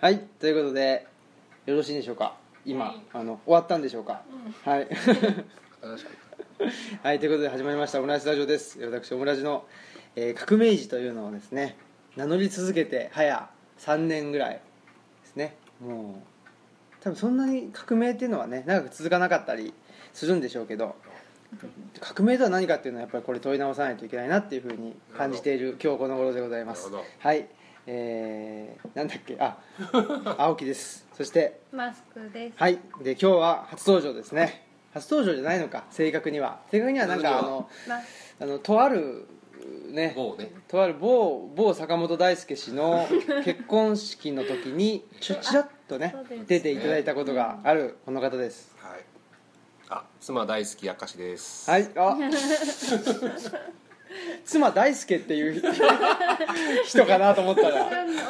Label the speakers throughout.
Speaker 1: はいということでよろしいでしょうか今、
Speaker 2: はい
Speaker 1: あの終わったんでしょうか、はい
Speaker 3: 正しく
Speaker 1: はいということで始まりましたオムラジスタジオです私オムラジの、えー革命児というのをですね名乗り続けて早3年ぐらいですねもう多分そんなに革命っていうのはね長く続かなかったりするんでしょうけど革命とは何かっていうのはやっぱりこれ問い直さないといけないなっていうふうに感じている今日この頃でございます
Speaker 3: なるほど
Speaker 1: はいえー、なんだっけあ青木ですそして
Speaker 2: マスクです。
Speaker 1: はいで今日は初登場ですね初登場じゃないのか正確には正確にはなんかあ
Speaker 3: 初登
Speaker 1: の
Speaker 2: ま
Speaker 1: あのとあるね
Speaker 3: もうね
Speaker 1: とある某某坂本大輔氏の結婚式の時にちょちらっとね
Speaker 2: そうです
Speaker 1: 出ていただいたことがあるこの方です
Speaker 3: はいあ妻大好き明石です
Speaker 1: はいあ妻大輔っていう 人かなと思った
Speaker 2: あ、わ
Speaker 1: ら
Speaker 2: かんない。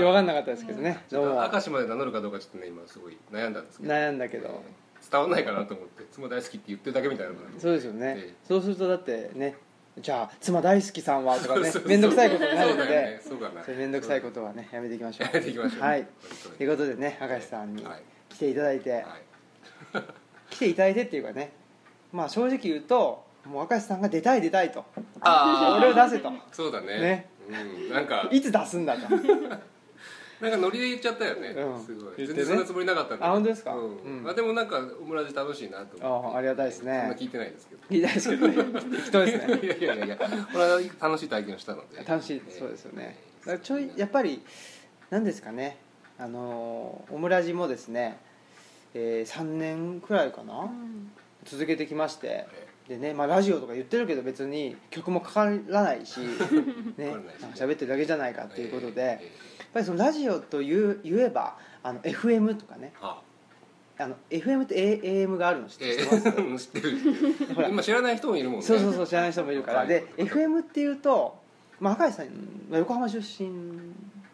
Speaker 1: 分かんなかったですけどね
Speaker 3: ち
Speaker 1: どう
Speaker 3: ょ
Speaker 1: も
Speaker 3: っと明石まで名乗るかどうかちょっとね今すごい悩んだんですけど
Speaker 1: 悩んだけど
Speaker 3: 伝わんないかなと思って妻大好きって言ってるだけみたいなことに
Speaker 1: そうですよね、
Speaker 3: ええ
Speaker 1: そうするとだってねじゃあ妻大好きさんはとかね
Speaker 3: そうそうそう
Speaker 1: 面倒くさいことになるの
Speaker 3: そうだよね
Speaker 1: で
Speaker 3: そうかな
Speaker 1: そういう面倒くさいことはねやめていきましょう
Speaker 3: やめていきましょう
Speaker 1: はい
Speaker 3: 本
Speaker 1: と
Speaker 3: 当
Speaker 1: い
Speaker 3: に
Speaker 1: うことでね明石さんに
Speaker 3: はい
Speaker 1: 来ていただいて、
Speaker 3: はい
Speaker 1: 来ていただいてっていうかねまあ正直言うともう明石さんが出たい出たいと
Speaker 3: あ
Speaker 1: 俺を出せと
Speaker 3: あそうだね
Speaker 1: ね
Speaker 3: うんなんか
Speaker 1: いつ出すんだ と
Speaker 3: なんかノリで言っちゃったよね
Speaker 1: うん
Speaker 3: すごい
Speaker 1: 言ってね
Speaker 3: 全然そんなつもりなかったんだけど
Speaker 1: あ本当ですか
Speaker 3: うん
Speaker 1: うん
Speaker 3: あでもなんかオムラジ楽しいなと思
Speaker 1: あ
Speaker 3: って
Speaker 1: ありがたいですね
Speaker 3: そんな聞いてないですけど
Speaker 1: 言いたいですけどね適当ですね
Speaker 3: いやいやいやいや俺は楽しい体験をしたので
Speaker 1: 楽しいそうですよねだからちょいやっぱり何ですかねあのーオムラジもですね、え3年くらいかな、
Speaker 2: うん
Speaker 1: 続けてきましてでね、まあ、ラジオとか言ってるけど別に曲もかからない し、ね、
Speaker 3: か
Speaker 1: な
Speaker 3: か
Speaker 1: ん
Speaker 3: らないし
Speaker 1: か喋ってるだけじゃないかっていうことで、やっ
Speaker 3: えええ
Speaker 1: ぱりそのラジオという言えばあの FM とかね
Speaker 3: えはあ
Speaker 1: あの FM って A- AM があるの知って
Speaker 3: え
Speaker 1: 知 ってます、
Speaker 3: え知ってる知って
Speaker 1: ほら
Speaker 3: る今知らない人もいるもんね
Speaker 1: そうそうそう知らない人もいるからで
Speaker 3: はい
Speaker 1: FM っていうと、まあ、赤石さんは横浜出身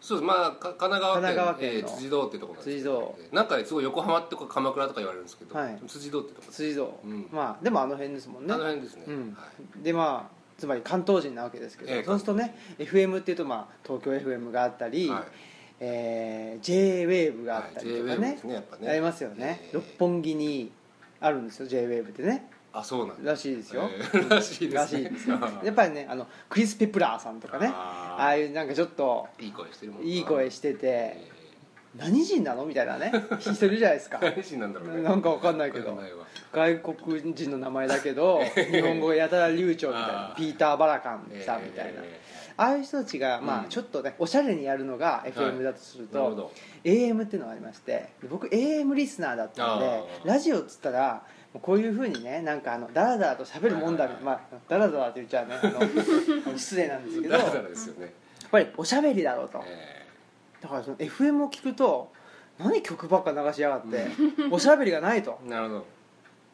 Speaker 3: そうですまあか神奈川県
Speaker 1: 神奈川県の
Speaker 3: えー辻堂ってとこなんですけど
Speaker 1: 辻
Speaker 3: なんかすごい横浜とか鎌倉とか言われるんですけど、
Speaker 1: はい
Speaker 3: 辻堂ってとこです、
Speaker 1: 辻堂、
Speaker 3: うん
Speaker 1: まあでもあの辺ですもんね
Speaker 3: あの辺ですね、
Speaker 1: うん
Speaker 3: はい
Speaker 1: でまあつまり関東人なわけですけど、
Speaker 3: ええ
Speaker 1: そうするとね FM っていうと、まあ、東京 FM があったり、
Speaker 3: はい
Speaker 1: えー JWAVE があったりとか
Speaker 3: JWAVE
Speaker 1: ね,、
Speaker 3: ですねやっぱね
Speaker 1: ありますよね、
Speaker 3: ええ
Speaker 1: 六本木にあるんですよ JWAVE ってね
Speaker 3: あそうなんだ
Speaker 1: らしいですよ、
Speaker 3: えーらしいで
Speaker 1: ら
Speaker 3: す
Speaker 1: しい
Speaker 3: ね
Speaker 1: ですよ
Speaker 3: あー
Speaker 1: やっぱりねあのクリス・ペプラーさんとかね
Speaker 3: あ
Speaker 1: あ
Speaker 3: ー
Speaker 1: あいうなんかちょっと
Speaker 3: いい声してるもん
Speaker 1: いい声
Speaker 3: て、
Speaker 1: してて
Speaker 3: え
Speaker 1: 何人なのみたいなね人いるじゃないですか
Speaker 3: ー、何人なんだろうね
Speaker 1: なんかわかんないけど
Speaker 3: わかんないわ
Speaker 1: 外国人の名前だけ ど日本語がやたら流暢みたいな
Speaker 3: あー
Speaker 1: ピーター・バラカン
Speaker 3: えー
Speaker 1: さんみたいな、
Speaker 3: え
Speaker 1: ああいう人たちが、ま
Speaker 3: う
Speaker 1: あ、
Speaker 3: ん
Speaker 1: ちょっとねおしゃれにやるのが FM だとする
Speaker 3: ーなるほ
Speaker 1: と、
Speaker 3: ど
Speaker 1: AM っていうのがありましてで僕 AM リスナーだったんで
Speaker 3: あー
Speaker 1: ラジオっつったらもうこういうふうにねなんかあのダラダラと喋るもんだみ
Speaker 3: はいはい
Speaker 1: まあダラダラって言っちゃうねあ の失礼なんですけど
Speaker 3: だ
Speaker 1: や
Speaker 3: から
Speaker 1: っ
Speaker 3: ですよね、
Speaker 1: ぱりおしゃべりだろうと
Speaker 3: え
Speaker 1: だからその FM を聞くと何曲ばっか流しやが っておしゃべりがないと
Speaker 3: ーなるほど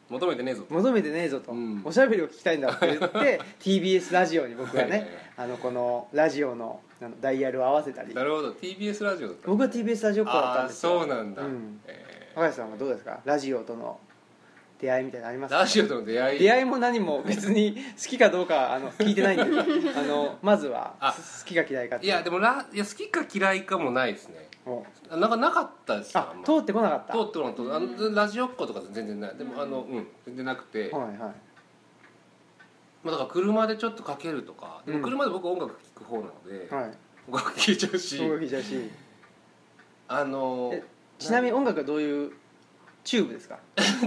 Speaker 3: 求めてねえぞと
Speaker 1: 求めてねえぞと、
Speaker 3: うん
Speaker 1: おしゃべりを聞きたいんだって言 って TBS ラジオに僕は
Speaker 3: はいはいは
Speaker 1: ね
Speaker 3: い
Speaker 1: あのこのラジオのあのダイヤルを合わせたり
Speaker 3: なるほど TBS ラジオだった
Speaker 1: 僕は TBS ラジオっ子だったん
Speaker 3: ああ
Speaker 1: ですよ
Speaker 3: そうなんだ、
Speaker 1: うん
Speaker 3: え
Speaker 1: 若林さんはどうですかラジオとの出会いみたいなのありま
Speaker 3: ー
Speaker 1: すか
Speaker 3: ラジオとの出会い
Speaker 1: 出会いも何も別に好きかどうかあの聞いてないん であのまずは
Speaker 3: あ
Speaker 1: す好きか嫌いかって
Speaker 3: いやでもラいや好きか嫌いかもないですね
Speaker 1: お
Speaker 3: あなんかなかったですよ
Speaker 1: あ
Speaker 3: んま
Speaker 1: 通ってこなかった
Speaker 3: 通ってもらったあのラジオっ子とか全然ないでもあのうん全然なくて、
Speaker 1: はいはい
Speaker 3: まあ、だから車でちょっとかけるとかで
Speaker 1: うん
Speaker 3: も車で僕音楽聴く方なので、
Speaker 1: はい
Speaker 3: 音楽聴いちゃうし
Speaker 1: 音楽聴いちゃうし
Speaker 3: あの
Speaker 1: えちなみに音楽はどういうチューブですか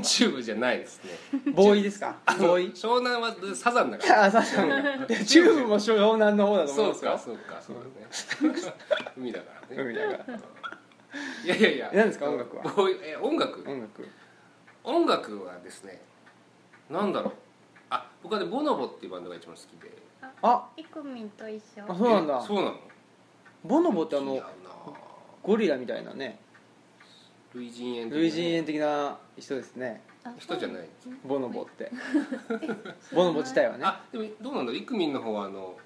Speaker 3: チューブじゃないですね
Speaker 1: ボーイですかボーイ
Speaker 3: 湘南はサザンだから
Speaker 1: あそうそうチューブも湘南の方だと思い
Speaker 3: そ
Speaker 1: ま
Speaker 3: う
Speaker 1: すか
Speaker 3: かそうかそう だね海だからね
Speaker 1: 海だから
Speaker 3: いやいやいや
Speaker 1: え何ですか音楽は
Speaker 3: こういうえ音楽
Speaker 1: 音楽
Speaker 3: 音楽はですねなんだろうあ僕はねボノボっていうバンドが一番好きで
Speaker 1: あ
Speaker 2: いくみんと一緒。
Speaker 1: あそうなんだ
Speaker 3: えそうなの
Speaker 1: ボノボってあ
Speaker 3: 違う
Speaker 1: の
Speaker 3: な
Speaker 1: ゴリラみたいなね
Speaker 3: 類人猿的な
Speaker 1: 類人猿的な人ですね
Speaker 2: あ
Speaker 3: 人じゃない。
Speaker 1: ボノボってボノボ自体はね
Speaker 3: あでもどうなんだろうイクミンの方はあの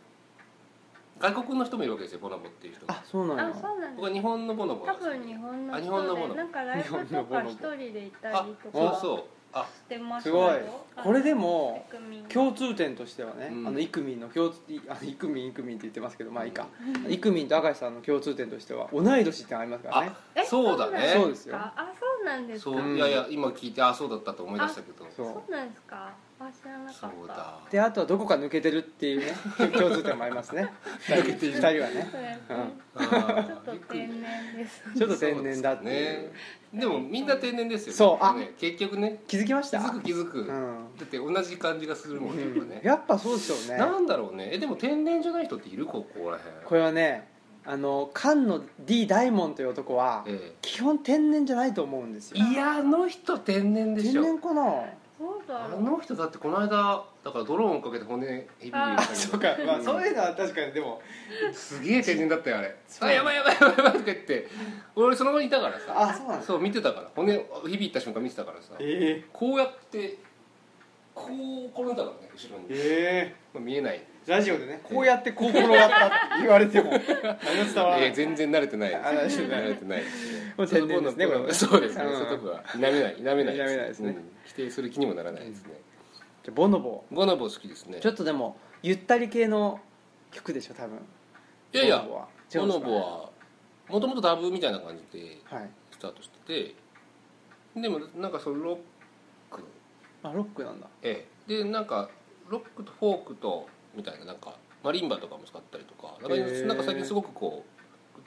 Speaker 3: 外国の人もいるわけですよボノボっていう人が
Speaker 1: あそうなん
Speaker 2: あ
Speaker 1: や、
Speaker 2: そうなん
Speaker 3: 僕
Speaker 2: だ
Speaker 3: は。日本のボノボ
Speaker 2: 多
Speaker 3: なんですよ
Speaker 2: 分日本の
Speaker 3: あ日本のも
Speaker 2: 人
Speaker 3: の
Speaker 2: でなんかライブとか一人で行った
Speaker 3: あ
Speaker 2: りとか
Speaker 3: そうそうあ
Speaker 2: てます
Speaker 1: す
Speaker 2: よ
Speaker 1: ごい
Speaker 2: あの
Speaker 1: これでも
Speaker 2: 国民
Speaker 1: 共通点としてはね、
Speaker 3: うん
Speaker 1: あのイクミンの共通いあのイクミンイクミンって言ってますけどまあいいか、イクミンと赤石さんの共通点としては同い年ってのありますからね
Speaker 3: あそうだね
Speaker 2: なん
Speaker 1: そうですよ
Speaker 2: あそうなんですか
Speaker 3: そう、
Speaker 1: うん
Speaker 3: いやいや今聞いてあそうだったと思い出したけど
Speaker 1: そう
Speaker 2: そうなんですかあ知らなか
Speaker 3: そ
Speaker 2: った
Speaker 3: うだ
Speaker 1: であとはどこか抜けてるっていうね共通点もあります ね2人二人はね
Speaker 2: そうです
Speaker 1: う
Speaker 2: ね
Speaker 1: ん
Speaker 3: あー
Speaker 2: ちょっと天然です
Speaker 1: ちょっと天然だっていう
Speaker 3: ね、でもみんな天然ですよね
Speaker 1: そうあ
Speaker 3: ね結局ね
Speaker 1: 気づきまし
Speaker 3: 気
Speaker 1: た
Speaker 3: づく気づく、
Speaker 1: う
Speaker 3: だ
Speaker 1: ん
Speaker 3: って同じ感じがするもんねやっぱね
Speaker 1: やっぱそうですよね
Speaker 3: なんだろうねえでも天然じゃない人っているここらへん
Speaker 1: これはねあの菅野 D 大門という男は
Speaker 3: え
Speaker 1: 基本天然じゃないと思うんです
Speaker 3: え
Speaker 1: よ
Speaker 3: いやあの人天然で
Speaker 1: 天
Speaker 3: しょ
Speaker 1: 然かな
Speaker 2: そうだ
Speaker 3: あ
Speaker 2: ろう
Speaker 3: の人だってこの間だからドローンをかけて骨ひび入れた
Speaker 2: あ
Speaker 3: けど
Speaker 1: そうか、まあ、
Speaker 3: ん
Speaker 1: そういうのは確かにでも
Speaker 3: すげえ天然だったよあれ「
Speaker 1: そう
Speaker 3: あやばいやばいやばいやばい」とか言って俺その場にいたからさ
Speaker 1: あそうなんですか
Speaker 3: そう見てたから骨ひびいった瞬間見てたからさ
Speaker 1: え
Speaker 3: こうやってこう転んだからね後ろ
Speaker 1: え
Speaker 3: に、
Speaker 1: え
Speaker 3: まあ、見えない
Speaker 1: えラジオでねこうやってこう転がったって言われても何も伝わらな
Speaker 3: え
Speaker 1: い
Speaker 3: ー、全然慣れてない
Speaker 1: あ慣れてない
Speaker 3: 慣れてない
Speaker 1: もう天然ですねこれ
Speaker 3: その子のそうですね、
Speaker 1: うん
Speaker 3: そういうとこは否めない否めな
Speaker 1: 否
Speaker 3: い
Speaker 1: めないですね
Speaker 3: うん否定する気にもならないですね、
Speaker 1: じゃあボノボ
Speaker 3: ボノボ好きですね
Speaker 1: ちょっとでもゆったり系の曲でしょ多分
Speaker 3: いやいや
Speaker 1: ボノボは違うんで
Speaker 3: ボ
Speaker 1: す
Speaker 3: ノ
Speaker 1: か
Speaker 3: ボはもともとダブみたいな感じで
Speaker 1: はい
Speaker 3: スタートしててでもなんかそのロック
Speaker 1: あロックなんだ
Speaker 3: ええでなんかロックとフォークとみたいななんかマリンバとかも使ったりとかなんか,、
Speaker 1: へえ
Speaker 3: なんか最近すごくこうぐ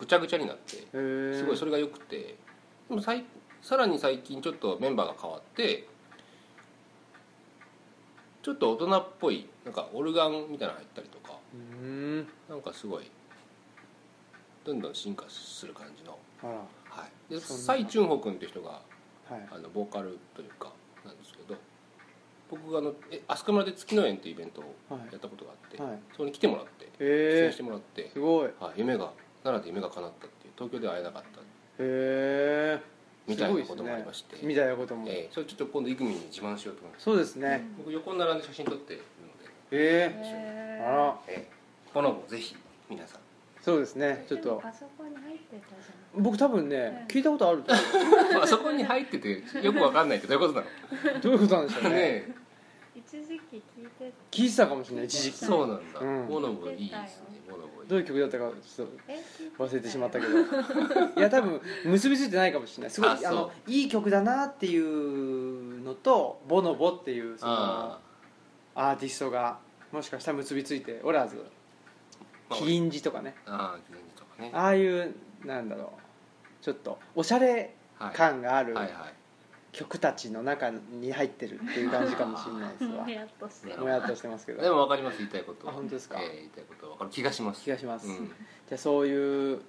Speaker 3: ぐちゃぐちゃになって
Speaker 1: へえ
Speaker 3: すごいそれが良くてでもさいさらに最近ちょっとメンバーが変わってちょっと大人っぽいなんかオルガンみたいなの入ったりとか
Speaker 1: うーん
Speaker 3: なんかすごいどんどん進化する感じの、
Speaker 1: あら
Speaker 3: はい、で
Speaker 1: そんな
Speaker 3: 蔡俊君っていう人が
Speaker 1: はい
Speaker 3: あのボーカルというかなんですけど僕があのえ飛鳥村で月の園っていうイベントを
Speaker 1: はい
Speaker 3: やったことがあって、
Speaker 1: はい
Speaker 3: そこに来てもらって出演
Speaker 1: へ
Speaker 3: し
Speaker 1: え
Speaker 3: てもらって、
Speaker 1: すごいへ
Speaker 3: はい、夢が奈良で夢が叶ったっていう東京では会えなかった
Speaker 1: え
Speaker 3: みたいなこともありまして、
Speaker 1: みたいなことも
Speaker 3: えー、それちょっと今度イグミンに自慢しようと思います
Speaker 1: そうですね
Speaker 2: うん
Speaker 3: 僕横に並んで写真撮っている
Speaker 1: へえ
Speaker 2: へー
Speaker 1: あら
Speaker 3: ので、えー、この子ぜひ皆さん
Speaker 1: そうですねちょっ
Speaker 2: でも
Speaker 1: と
Speaker 2: パソコンに入ってたじゃ
Speaker 1: 僕多分ね
Speaker 2: うん
Speaker 1: 聞いたことある と思
Speaker 3: まあそこに入っててよくわかんないってどういうことなの
Speaker 1: うどういうことなんでしょう
Speaker 3: ね
Speaker 1: ね
Speaker 3: え
Speaker 2: ん一時期聞いてた
Speaker 1: 聞いてたかもしれない一時期
Speaker 3: そうなんだ、
Speaker 1: うん
Speaker 3: モノボいいですねモノボいい
Speaker 1: どういう曲だったかちょっと
Speaker 2: え聞いたよ
Speaker 1: 忘れてしまったけ どいや多分結びついてないかもしれないすごい
Speaker 3: あ
Speaker 1: あ
Speaker 3: そう
Speaker 1: のいい曲だなっていうのとボノボっていうその
Speaker 3: あ
Speaker 1: アーティストがもしかしたら結びついておらず
Speaker 3: ー、まあ、
Speaker 1: キリンジとかね
Speaker 3: ああキリンとかね
Speaker 1: ああいうなんだろうちょっとおしゃれ
Speaker 3: はい
Speaker 1: 感がある
Speaker 3: はいはい
Speaker 1: 曲たちの中に入ってるっていう感じかもしれないですわ
Speaker 2: もやっとして
Speaker 3: も
Speaker 1: もやっとしてますけ
Speaker 3: で
Speaker 1: ど
Speaker 3: もわかります言いたいことは
Speaker 1: あ本当ですか
Speaker 3: えー、言いたいことはわかる気がします
Speaker 1: 気がします、
Speaker 3: うん
Speaker 1: じゃあそういう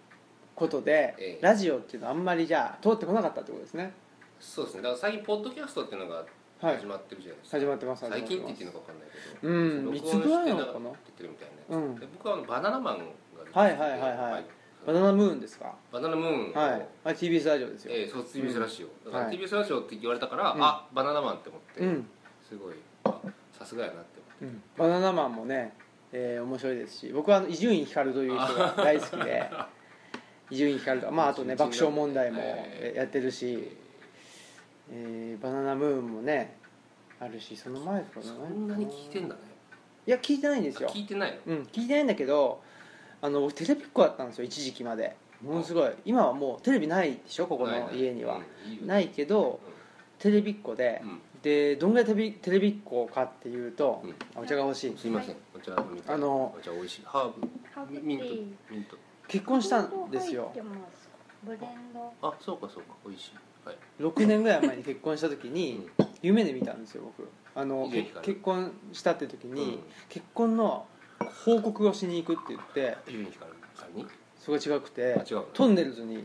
Speaker 1: ことで、
Speaker 3: ええ
Speaker 1: ラジオっていうのはあんまりじゃあ通ってこなかったってことですね
Speaker 3: そうですねだから最近ポッドキャストっていうのが
Speaker 1: はい
Speaker 3: 始まってるじゃないですか、
Speaker 1: 始まってます始まって
Speaker 3: 最
Speaker 1: ます
Speaker 3: 近って言っていいのかわかんないけど、
Speaker 1: うん
Speaker 3: 録
Speaker 1: いつ
Speaker 3: 音
Speaker 1: ぐら
Speaker 3: し
Speaker 1: い
Speaker 3: て
Speaker 1: な
Speaker 3: な
Speaker 1: の
Speaker 3: か
Speaker 1: か
Speaker 3: っ
Speaker 1: な
Speaker 3: て言ってるみたいなやつ、
Speaker 1: うん
Speaker 3: で僕はあのバナナマンが出てて
Speaker 1: はいはいはいはいバナナムーンですか
Speaker 3: バナナムーンを、
Speaker 1: はいあれ TBS ラジオですよ
Speaker 3: えー、そう TBS ラジオだか
Speaker 1: は
Speaker 3: ら
Speaker 1: い
Speaker 3: TBS ラジオって言われたから、
Speaker 1: うん
Speaker 3: あバナナマンって思って、
Speaker 1: うん
Speaker 3: すごいあさすがやなって思って
Speaker 1: うんバナナマンもね、えー面白いですし僕はあの伊集院光という人が大好きで伊集院光とか、まあ、あとね爆笑問題も
Speaker 3: えー
Speaker 1: やってるし、えーバナナムーンもねあるしその前とか
Speaker 3: そ
Speaker 1: ね
Speaker 3: んなに聞いてんだね
Speaker 1: いや聞いてないんです
Speaker 3: あ
Speaker 1: よ
Speaker 3: 聞いてないの
Speaker 1: うん聞いてないんだけどあの僕テレビっ子だったんですよ一時期までものすごい今はもうテレビないでしょここの家にはないいけどテレビっ子で
Speaker 3: よ、うん
Speaker 1: でどんぐらいテレビテレビっ子かっていうと
Speaker 3: うん
Speaker 1: あお茶が欲しい
Speaker 3: すいませんお茶飲みたい
Speaker 1: あの
Speaker 3: お茶美味しいハー
Speaker 2: ハーブ
Speaker 3: ブ
Speaker 2: テ
Speaker 3: ミ
Speaker 2: ィ
Speaker 3: ント
Speaker 2: ー
Speaker 3: ミント
Speaker 1: 結婚したんです
Speaker 2: 入
Speaker 1: よ
Speaker 2: ってますブレンド
Speaker 3: あそうかそうか美味しいはい
Speaker 1: 6年ぐらい前に結婚した時に
Speaker 3: う
Speaker 1: 夢で見たんですよ僕あの
Speaker 3: いいね
Speaker 1: け結婚したって時
Speaker 3: ん
Speaker 1: に結婚の報告をしに行くって言って
Speaker 3: 伊集院光さんに
Speaker 1: それが違くて
Speaker 3: あ違うの
Speaker 1: トンネルズ に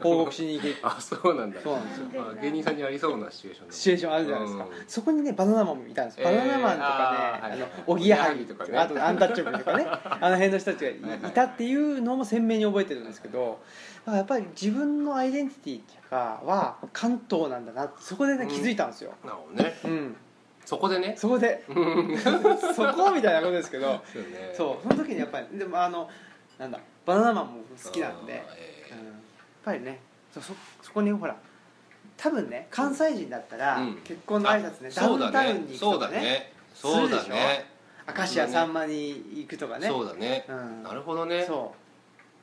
Speaker 1: 報告しに行く
Speaker 3: あそうなんだ
Speaker 1: そうなんですよ
Speaker 3: あ芸人さんにありそうなシチュエーションだ
Speaker 1: シチュエーションあるじゃないですか
Speaker 3: うん
Speaker 1: そこにねバナナマンもいたんですよバ
Speaker 3: えー
Speaker 1: ナナマンとか
Speaker 3: あーはい
Speaker 1: ねあのおぎやはぎ
Speaker 3: おぎやはぎと
Speaker 1: と
Speaker 3: か
Speaker 1: か
Speaker 3: ね
Speaker 1: あとアンタッチャブルと かねあの辺の人たちがい
Speaker 3: はいはい
Speaker 1: いたっていうのも鮮明に覚えてるんですけどだからやっぱり自分のアイデンティティとかは関東なんだなってそこでね気づいたんですよ
Speaker 3: なるほどね
Speaker 1: うん
Speaker 3: そこでね
Speaker 1: そこで そこみたいなことですけど
Speaker 3: そうね
Speaker 1: そうその時にやっぱりでもあのなんだバナナマンも好きなんで、
Speaker 3: あーえ
Speaker 1: うんや
Speaker 3: ー
Speaker 1: っぱりねそそそこにほら多分ね関西人だったら、
Speaker 3: うん
Speaker 1: 結婚の挨拶ね
Speaker 3: あ
Speaker 1: ダウ
Speaker 3: そう
Speaker 1: ン
Speaker 3: だ
Speaker 1: タウンに行く
Speaker 3: そう
Speaker 1: と
Speaker 3: だ
Speaker 1: かね
Speaker 3: ねそうだね
Speaker 1: 明石家さんまに行くとかね
Speaker 3: そうだね
Speaker 1: うん、
Speaker 3: なるほどね
Speaker 1: そ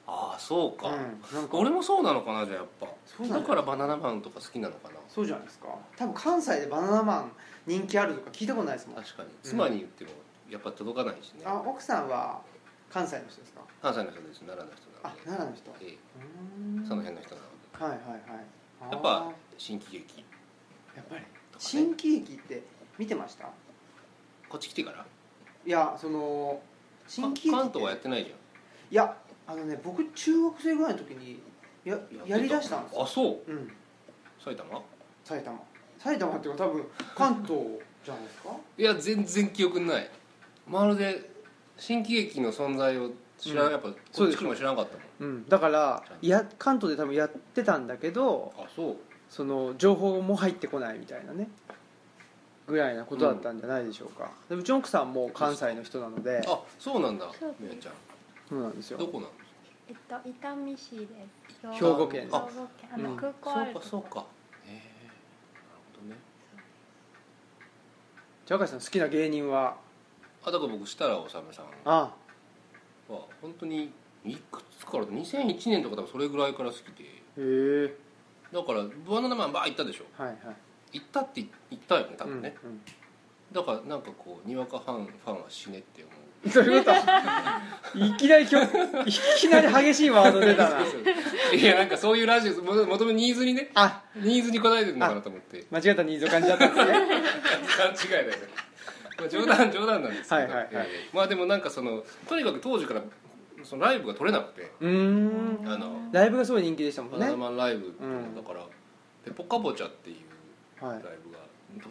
Speaker 3: ああそう
Speaker 1: う、う
Speaker 3: か、
Speaker 1: ん、なんか
Speaker 3: 俺もそうなのかなじゃあやっぱ
Speaker 1: そうなんだ
Speaker 3: だからバナナマンとか好きなのかな
Speaker 1: そうじゃないですか多分関西でバナナマン人気あるとか聞いたことないですもん
Speaker 3: 確かに妻に言ってもやっぱ届かないしね、
Speaker 1: あ奥さんは関西の人ですか
Speaker 3: 関西の人です奈良の人
Speaker 1: あ
Speaker 3: なので
Speaker 1: 奈良の人
Speaker 3: え
Speaker 1: うーん
Speaker 3: えその辺の人なの
Speaker 1: は
Speaker 3: で
Speaker 1: いはいはいあー
Speaker 3: やっぱ新喜劇
Speaker 1: やっぱり
Speaker 3: とかね
Speaker 1: 新喜劇って見てました
Speaker 3: こっち来てから
Speaker 1: いやその新喜劇
Speaker 3: 関東はやってないじゃん
Speaker 1: いやあのね僕中学生ぐらいの時にややりだしたんですよ
Speaker 3: あそう
Speaker 1: うん
Speaker 3: 埼玉
Speaker 1: 埼玉埼玉っていうか多分関東じゃないですか
Speaker 3: いや全然記憶にないまるで新喜劇の存在を知らん、
Speaker 1: うん
Speaker 3: やっぱこ
Speaker 1: そう
Speaker 3: っ
Speaker 1: で
Speaker 3: ち
Speaker 1: しょ
Speaker 3: 来るも知らなかったもん
Speaker 1: うんだから
Speaker 3: い
Speaker 1: や関東で多分やってたんだけど
Speaker 3: あそう
Speaker 1: その情報も入ってこないみたいなねぐらいなことだったんじゃないでしょうか、でうちの奥さんも関西の人なので
Speaker 3: あそうなんだ
Speaker 2: そう
Speaker 3: みやちゃん
Speaker 1: そうなんですよ
Speaker 3: どこなの
Speaker 2: えっと伊丹市です。兵
Speaker 1: 兵庫県
Speaker 2: 兵
Speaker 1: あ
Speaker 2: 庫県あの
Speaker 1: うん
Speaker 2: 空港あ
Speaker 3: そう
Speaker 2: る
Speaker 3: か
Speaker 2: と
Speaker 3: そう
Speaker 2: こ。
Speaker 3: かへえなるほどね
Speaker 1: じゃあ赤井さん好きな芸人は
Speaker 3: あだから僕設楽治さんは
Speaker 1: あ
Speaker 3: 本当にいくつからだ2001年とか多分それぐらいから好きで
Speaker 1: へえ
Speaker 3: だからバナナマンバー行ったでしょ
Speaker 1: はいはい
Speaker 3: 行ったって行ったよね多分ね、
Speaker 1: うんうん
Speaker 3: だからなんかこうにわかファンファンは死ねって思う
Speaker 1: どういうこといきなりきょいきなり激しいワード出たな
Speaker 3: いやなんかそういうラジオももともとニーズにね
Speaker 1: あ
Speaker 3: ニーズに応えてるのかなと思って
Speaker 1: 間違ったニーズを感じだったんですね
Speaker 3: 勘違いだよねまあ冗談冗談なんですけど、
Speaker 1: はいはいはい
Speaker 3: えーまあでもなんかそのとにかく当時からそのライブが取れなくて
Speaker 1: うーん
Speaker 3: あの
Speaker 1: ライブがすごい人気でしたも
Speaker 3: バ
Speaker 1: んね
Speaker 3: ナナマンライブっていうの
Speaker 1: うん
Speaker 3: だから、ペポカボチャっていう
Speaker 1: は
Speaker 3: ライ
Speaker 1: い
Speaker 3: ブが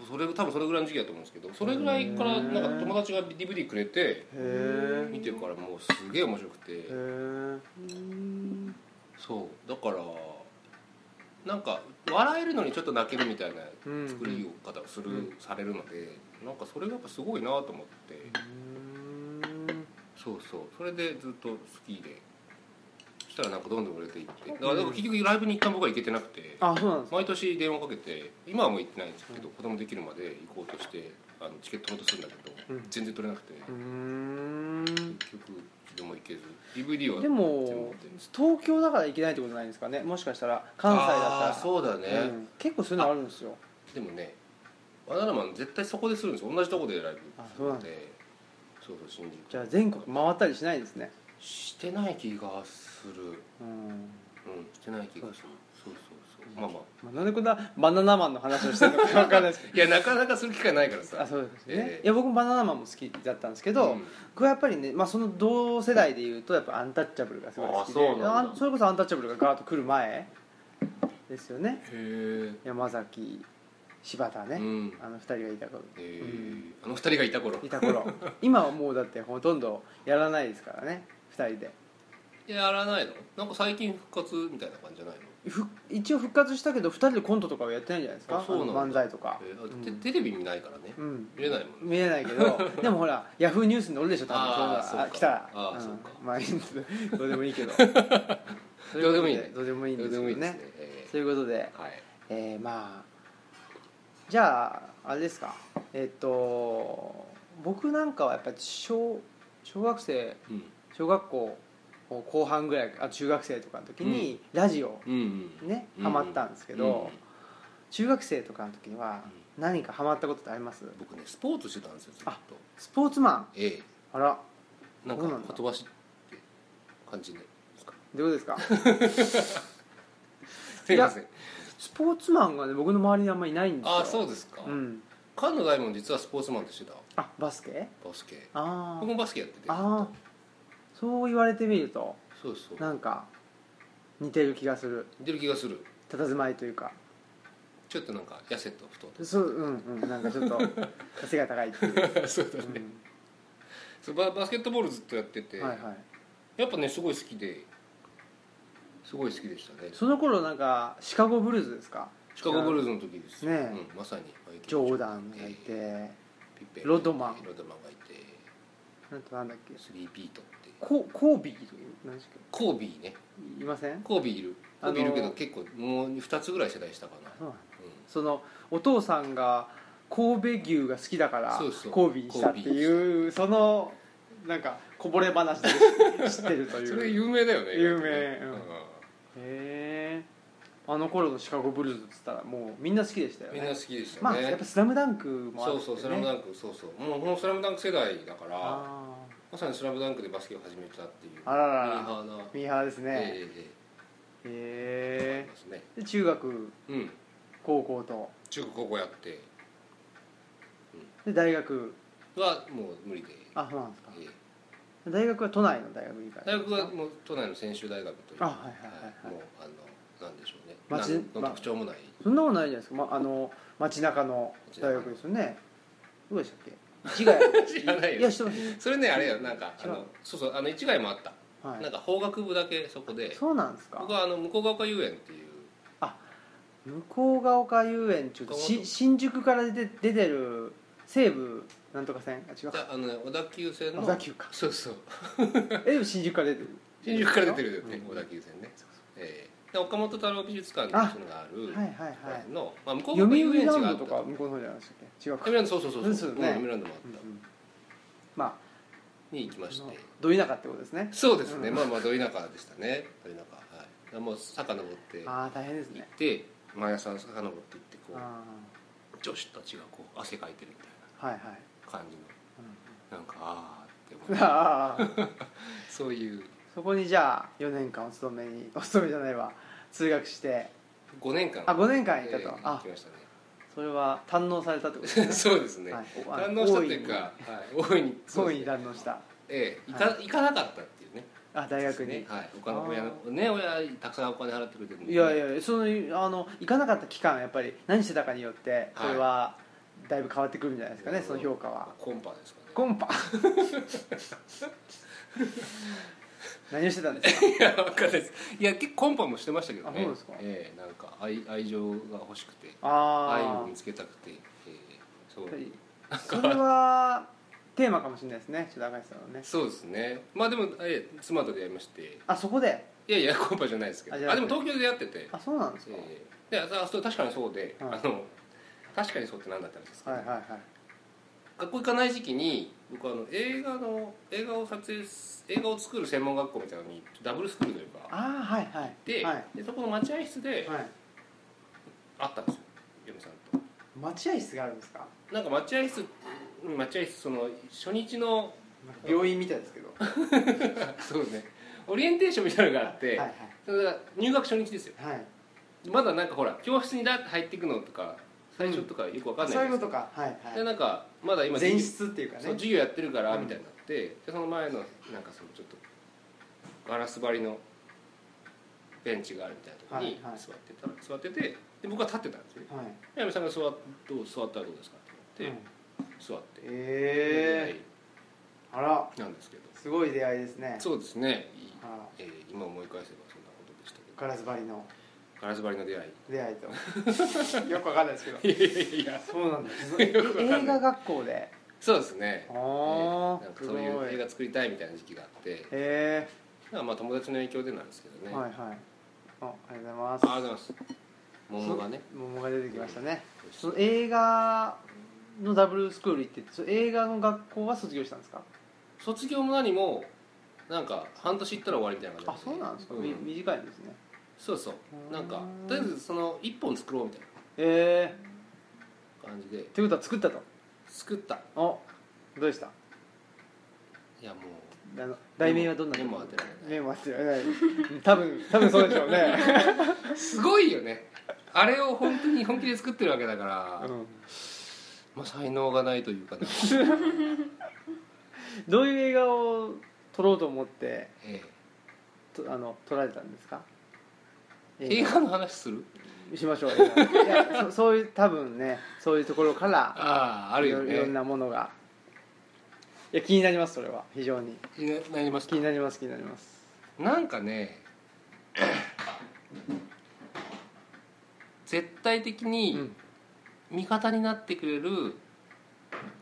Speaker 3: それ多分それぐらいの時期だと思うんですけどそれぐらいからなんか友達が DVD くれて
Speaker 1: へえ
Speaker 3: 見てからもうすげえ面白くて
Speaker 1: へえ
Speaker 3: そうだからなんか笑えるのにちょっと泣けるみたいな
Speaker 1: うん
Speaker 3: 作り方をする、
Speaker 1: うん
Speaker 3: されるのでなんかそれがやっぱすごいなと思って、
Speaker 1: うーん
Speaker 3: そうそうそれでずっと好きでそしたらなんかどんどん売れていってだからだから結局ライブに一旦僕は行けてなくて
Speaker 1: あそうなんですか
Speaker 3: 毎年電話かけて今はもう行ってないんですけど、子供できるまで行こうとしてあのチケット取ろうとするんだけど、
Speaker 1: うん
Speaker 3: 全然取れなくて、
Speaker 1: うーん
Speaker 3: 結局自分も行けず DVD は
Speaker 1: で
Speaker 3: 全部持
Speaker 1: も
Speaker 3: って
Speaker 1: 東京だからいけないってことないんですかねもしかしたら関西だった
Speaker 3: あ
Speaker 1: ら
Speaker 3: ーそうだね、
Speaker 1: うん結構そういうのあるんですよ
Speaker 3: でもねバナナマン絶対そこでするんですよ同じとこでライブ
Speaker 1: あそうなんだ
Speaker 3: でそうそう新宿
Speaker 1: じゃあ全国回ったりしないんですね
Speaker 3: してない気がする
Speaker 1: うん
Speaker 3: うんしてない気がするそうそうそうまあまあ
Speaker 1: まあなんでこんなバナナマンの話をしてるのか分かんないですけ
Speaker 3: いやなかなかする機会ないから
Speaker 1: どあ
Speaker 3: さ
Speaker 1: そうですね、
Speaker 3: ええ
Speaker 1: いや僕もバナナマンも好きだったんですけど、
Speaker 3: うん
Speaker 1: 僕はやっぱりね、まあ、その同世代でいうとやっぱアンタッチャブルがすごい好きで
Speaker 3: あそうなんだ
Speaker 1: あそれこそアンタッチャブルがガーッと来る前ですよね
Speaker 3: へえ
Speaker 1: 山崎柴田ね、
Speaker 3: うん
Speaker 1: あの二人がいた頃
Speaker 3: へえ
Speaker 1: うん
Speaker 3: あの二人がいた頃
Speaker 1: いた 頃今はもうだってほとんどやらないですからね二人で
Speaker 3: やらないのなんか最近復活みたいな感じじゃないの
Speaker 1: ふ一応復活したけど二人でコントとかはやってないんじゃないですか
Speaker 3: あそうなんだ
Speaker 1: あの漫才とか、
Speaker 3: えーあ
Speaker 1: う
Speaker 3: テ
Speaker 1: ん
Speaker 3: テレビ見ないからね
Speaker 1: うん
Speaker 3: 見れないもんね
Speaker 1: 見えないけ どでもほらヤフーニュースに載るでしょ多分
Speaker 3: あー
Speaker 1: そういうの
Speaker 3: そう
Speaker 1: あ
Speaker 3: か
Speaker 1: 来たら
Speaker 3: あー
Speaker 1: ん
Speaker 3: そうか
Speaker 1: まあいいんですどうでもいいけ ど
Speaker 3: どうでもいいね
Speaker 1: どうでもいいん
Speaker 3: ど
Speaker 1: です
Speaker 3: うで
Speaker 1: け
Speaker 3: もい
Speaker 1: どね
Speaker 3: いですねえ
Speaker 1: ということで
Speaker 3: ーはい
Speaker 1: えー、まあじゃああれですかえっと僕なんかはやっぱり小小学生
Speaker 3: うん
Speaker 1: 小学校後半ぐらいあ中学生とかの時にラジオ
Speaker 3: うんうん
Speaker 1: ね
Speaker 3: うん
Speaker 1: ハマったんですけど、
Speaker 3: うん
Speaker 1: 中学生とかの時には何かハマったことってあります
Speaker 3: 僕ねスポーツしてたんですよずっと
Speaker 1: あスポーツマン
Speaker 3: ええ
Speaker 1: あら
Speaker 3: なん
Speaker 1: そうなんだ
Speaker 3: か言葉しって感じですか
Speaker 1: どういうこと ですか
Speaker 3: すいません
Speaker 1: スポーツマンがね僕の周りにあんまりいないんですよ
Speaker 3: ああそう
Speaker 1: で
Speaker 3: ですか、
Speaker 1: うん
Speaker 3: 菅野大門実はスポーツマンとしてた
Speaker 1: あバスケ
Speaker 3: バスケ
Speaker 1: あ
Speaker 3: 僕
Speaker 1: ー
Speaker 3: もバスケやってて
Speaker 1: あーそう言われてみると
Speaker 3: そうそう
Speaker 1: なんか似てる気がする
Speaker 3: 似てる気がする
Speaker 1: 佇まいというか
Speaker 3: ちょっとなんか痩せと太と
Speaker 1: そううんうんなんかちょっと 背が高いっていう、
Speaker 3: そうだね、そうババスケットボールずっとやって
Speaker 1: う
Speaker 3: て、
Speaker 1: ん、はいはい
Speaker 3: やっぱねすごい好きですごい好きでしたね
Speaker 1: その頃なんかシカゴブルーズですか
Speaker 3: シカゴブルーズの時です
Speaker 1: ね
Speaker 3: うん、まさに
Speaker 1: ジョーダンがいて、
Speaker 3: えーピッペ
Speaker 1: ロドマン
Speaker 3: ロドマンがいて
Speaker 1: なんとなんだっけ
Speaker 3: 3ピートって
Speaker 1: ココービーという何でしたっ
Speaker 3: コービーね
Speaker 1: けいません
Speaker 3: コービーいるコービーいるけ
Speaker 1: あ
Speaker 3: ど
Speaker 1: の
Speaker 3: 結構もう2つぐらい世代したかな
Speaker 1: そうなんだ
Speaker 3: うん
Speaker 1: そのお父さんが神戸牛が好きだから
Speaker 3: そうそう
Speaker 1: 神戸にしたっていうそのなんかこぼれ話で知ってるという
Speaker 3: それ有名だよね
Speaker 1: 有名
Speaker 3: うん
Speaker 1: へえあの頃のシカゴブルーズっつったらもうみんな好きでしたよ
Speaker 3: みんな
Speaker 1: ね
Speaker 3: 好きでした
Speaker 1: まあ
Speaker 3: ね、
Speaker 1: やっぱ「スラムダンクもあ
Speaker 3: そ
Speaker 1: る
Speaker 3: う
Speaker 1: し
Speaker 3: そう「スラムダンクそうそうもうこの「スラムダンク世代だから
Speaker 1: あ
Speaker 3: まさに「スラムダンクでバスケを始めたっていう
Speaker 1: あららら
Speaker 3: ミーハーな
Speaker 1: ーミーハーですね
Speaker 3: ええええ
Speaker 1: へ
Speaker 3: ますね
Speaker 1: えで中学
Speaker 3: うん
Speaker 1: 高校と
Speaker 3: 中学高校やって
Speaker 1: で大学
Speaker 3: はもう無理で、
Speaker 1: あそうなんですか
Speaker 3: ええ
Speaker 1: 大学は都内の大学に行かれた
Speaker 3: 大
Speaker 1: んです
Speaker 3: 学
Speaker 1: か
Speaker 3: はもう都内の専修大学という
Speaker 1: あはいはいはいはい
Speaker 3: もうあのなんでしょうね
Speaker 1: 町
Speaker 3: 何の
Speaker 1: ま
Speaker 3: 特徴もない、
Speaker 1: そんなことないじゃないですか、ま、あの街中の大学ですよねどうでしたっけ市
Speaker 3: 知らな
Speaker 1: 外
Speaker 3: いよ
Speaker 1: いや知ってます
Speaker 3: それねあれよなんかあ
Speaker 1: 違う
Speaker 3: のそうそうあの一概もあった、
Speaker 1: はい
Speaker 3: なんか法学部だけそこで
Speaker 1: そうなんですか
Speaker 3: 僕はあの向ヶ丘遊園っていう
Speaker 1: 向こうが丘遊園中し新宿から出て出てる西武なんとか線あ違う
Speaker 3: じゃああのね小田急線の
Speaker 1: 小田急か
Speaker 3: そうそう
Speaker 1: えでも新宿から出てる
Speaker 3: 新宿から出てるよね、
Speaker 1: うん
Speaker 3: 小田急線ねええで岡本太郎美術館
Speaker 1: あ
Speaker 3: っていうのがある
Speaker 1: はいはいはい
Speaker 3: の、まあ、向こう
Speaker 1: 読
Speaker 3: 側遊
Speaker 1: 売
Speaker 3: 園地
Speaker 1: ラ
Speaker 3: があ
Speaker 1: ン
Speaker 3: っ
Speaker 1: ド
Speaker 3: た
Speaker 1: とか向こうの方じゃないですか違うか
Speaker 3: 読売ランドそうそうそうそう
Speaker 1: ですよね
Speaker 3: うん読売ランドもあ
Speaker 1: うんう
Speaker 3: っ
Speaker 1: んまあ
Speaker 3: たに行きまして
Speaker 1: どいなかってことですね
Speaker 3: そうですね、
Speaker 1: うん
Speaker 3: まあまあど田舎でしたねど田舎はいもう遡って行っ
Speaker 1: ああ大変ですね
Speaker 3: て毎朝遡って行ってこ
Speaker 1: あ
Speaker 3: う女子たちがこう汗かいてるみたい
Speaker 1: あはいはい
Speaker 3: な感じのなんかああって
Speaker 1: うん
Speaker 3: 思う
Speaker 1: ああ
Speaker 3: そういう
Speaker 1: そこにじゃあ4年間お勤めにお勤めじゃないわ通学して
Speaker 3: 5年間
Speaker 1: あ5年間いた
Speaker 3: ええ
Speaker 1: と
Speaker 3: 行
Speaker 1: あ
Speaker 3: きましたね
Speaker 1: それは堪能されたってことですね
Speaker 3: そうですね、
Speaker 1: はいおあの
Speaker 3: 堪能したというか、はい、大いにそう
Speaker 1: 大
Speaker 3: で
Speaker 1: いに
Speaker 3: すね
Speaker 1: 堪能した
Speaker 3: ええ行か,、
Speaker 1: は
Speaker 3: 行かなかったっていうね
Speaker 1: あ大学
Speaker 3: ね
Speaker 1: に、
Speaker 3: はい、他の親の
Speaker 1: あ
Speaker 3: ね親たくさんお金払ってくれてるんで
Speaker 1: いやいやそのあの行かなかった期間やっぱり何してたかによって
Speaker 3: はい
Speaker 1: それはだいぶ変わってくるんじゃないですかね、
Speaker 3: うん
Speaker 1: その評価は
Speaker 3: コンパですかね
Speaker 1: コンパ何をしてたん ですか
Speaker 3: いや分かんないですいや結構コンパもしてましたけどね
Speaker 1: あそうですか
Speaker 3: ええなんか愛愛情が欲しくて愛
Speaker 1: ああ
Speaker 3: を見つけたくて、ええそう
Speaker 1: やっぱりそれはテーマかもしれないですねちょっと赤石さんのね
Speaker 3: そうですねまあでも、ええ妻と出会いまして
Speaker 1: あそこで
Speaker 3: いやいやコンパじゃないですけど
Speaker 1: あ
Speaker 3: あ
Speaker 1: じゃなく
Speaker 3: で
Speaker 1: て
Speaker 3: も東京で出会ってて
Speaker 1: あそうなんですか、
Speaker 3: ええであそう確かにそうで、
Speaker 1: はい
Speaker 3: あの確かにそうって何だったんですか、
Speaker 1: はいはいはい
Speaker 3: 学校行かない時期に僕あの映画の映画を撮影す映画を作る専門学校みたいなのにダブルスクールというか行っ
Speaker 1: ああはいはい
Speaker 3: て、
Speaker 1: はい、
Speaker 3: でそこの待合室で
Speaker 1: はい、
Speaker 3: 会ったんですよ嫁さんと。
Speaker 1: 待合室があるんですか
Speaker 3: なんか待合室うん待合室その初 日の
Speaker 1: 病院みたいですけど
Speaker 3: そうねオリエンテーションみたいなのがあって、
Speaker 1: はい
Speaker 3: それが入学初日ですよ
Speaker 1: はいはい
Speaker 3: まだなんかほら教室にだって入っていくのとか最初とかよくわかんない
Speaker 1: そういう
Speaker 3: で
Speaker 1: こ
Speaker 3: す
Speaker 1: とかはい
Speaker 3: で
Speaker 1: は
Speaker 3: なんかまだ今
Speaker 1: い前室っていうか
Speaker 3: そ
Speaker 1: ね
Speaker 3: う授業やってるから
Speaker 1: うん
Speaker 3: みたいになって、でその前のなんかそのちょっとガラス張りのベンチがあるみたいなところに
Speaker 1: はいはい
Speaker 3: 座ってた、座っててで僕は立ってたんですよね
Speaker 1: はい
Speaker 3: 「やめさんが座っどう座ったらどうですか?」って言って、座って
Speaker 1: ええあら
Speaker 3: なんですけど
Speaker 1: すごい出会いですね
Speaker 3: そうですね、いい
Speaker 1: あ
Speaker 3: えー今思い返せばそんなことでしたけど
Speaker 1: ガラス張りの
Speaker 3: ガラス張りの出会い
Speaker 1: 出会い とよくわか んないですけど
Speaker 3: いやいやいや
Speaker 1: そうなんです
Speaker 3: よくわかんない
Speaker 1: 映画学校で
Speaker 3: そうですね
Speaker 1: あ
Speaker 3: えー
Speaker 1: あ
Speaker 3: なんか
Speaker 1: す
Speaker 3: そ
Speaker 1: ご
Speaker 3: う
Speaker 1: い
Speaker 3: いう映
Speaker 1: へ
Speaker 3: 画作りたいみたいな時期があって
Speaker 1: え
Speaker 3: まあまあ友達の影響でなんですけどね、
Speaker 1: はい
Speaker 3: あ
Speaker 1: はいあありがとうございます
Speaker 3: ありがとうございます桃がね
Speaker 1: そ桃が出てきましたね
Speaker 3: 美味しい
Speaker 1: その映画のダブルスクール行っててその映画の学校は卒業したんですか
Speaker 3: 卒業も何もなんか半年行ったら終わりみたいな
Speaker 1: あ
Speaker 3: 感じ
Speaker 1: そうなんですか、み
Speaker 3: ん
Speaker 1: 短いんですね
Speaker 3: そうそううんなんかとりあえずその一本作ろうみたい
Speaker 1: ええ
Speaker 3: な感じ
Speaker 1: っ
Speaker 3: で
Speaker 1: てことは作ったと
Speaker 3: 作った
Speaker 1: おどうでした
Speaker 3: いやもう
Speaker 1: あの題名はどんな
Speaker 3: メモ当てられない
Speaker 1: メモ当てられないうん多分多分そうでしょうね、
Speaker 3: すごいよねあれを本当に本気で作ってるわけだから、
Speaker 1: うん
Speaker 3: まあ才能がないという かね、
Speaker 1: どういう映画を撮ろうと思って
Speaker 3: え
Speaker 1: とあの撮られたんですか
Speaker 3: え映画の話する
Speaker 1: しましょう映画いやそそういう多分ねそういうところから
Speaker 3: あああるよ
Speaker 1: いろいろん
Speaker 3: ね
Speaker 1: なものがいや気になりますそれは非常に
Speaker 3: 気になりまし
Speaker 1: 気
Speaker 3: た
Speaker 1: になります気になります
Speaker 3: なん かね絶対的に味方になってくれる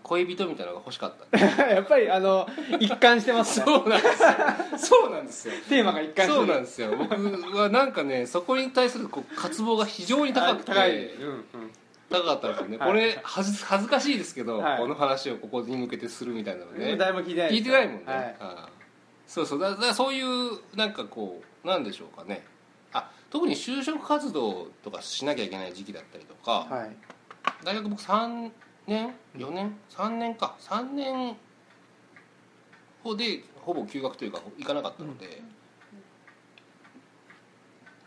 Speaker 3: 恋人みたいなのが欲しかった
Speaker 1: やっぱりあの一貫してますね
Speaker 3: そうなんですよそうなんですよ
Speaker 1: テーマが一貫して
Speaker 3: そうなん
Speaker 1: で
Speaker 3: ですよ僕はなんかねそこに対するこう渇望が非常に高くて
Speaker 1: 高い、うん
Speaker 3: 高かったんですよね、
Speaker 1: はい
Speaker 3: これはず恥ずかしいですけど、
Speaker 1: はい
Speaker 3: この話をここに向けてするみたいなの
Speaker 1: うん
Speaker 3: ね
Speaker 1: 誰も聞いてない
Speaker 3: 聞いてないもんね、
Speaker 1: は
Speaker 3: ああそうそうだだからそういうなんかこうなんでしょうかねあ特に就職活動とかしなきゃいけない時期だったりとか、
Speaker 1: はい
Speaker 3: 大学僕3年4年3年か3年ほでほぼ休学というか行かなかったので、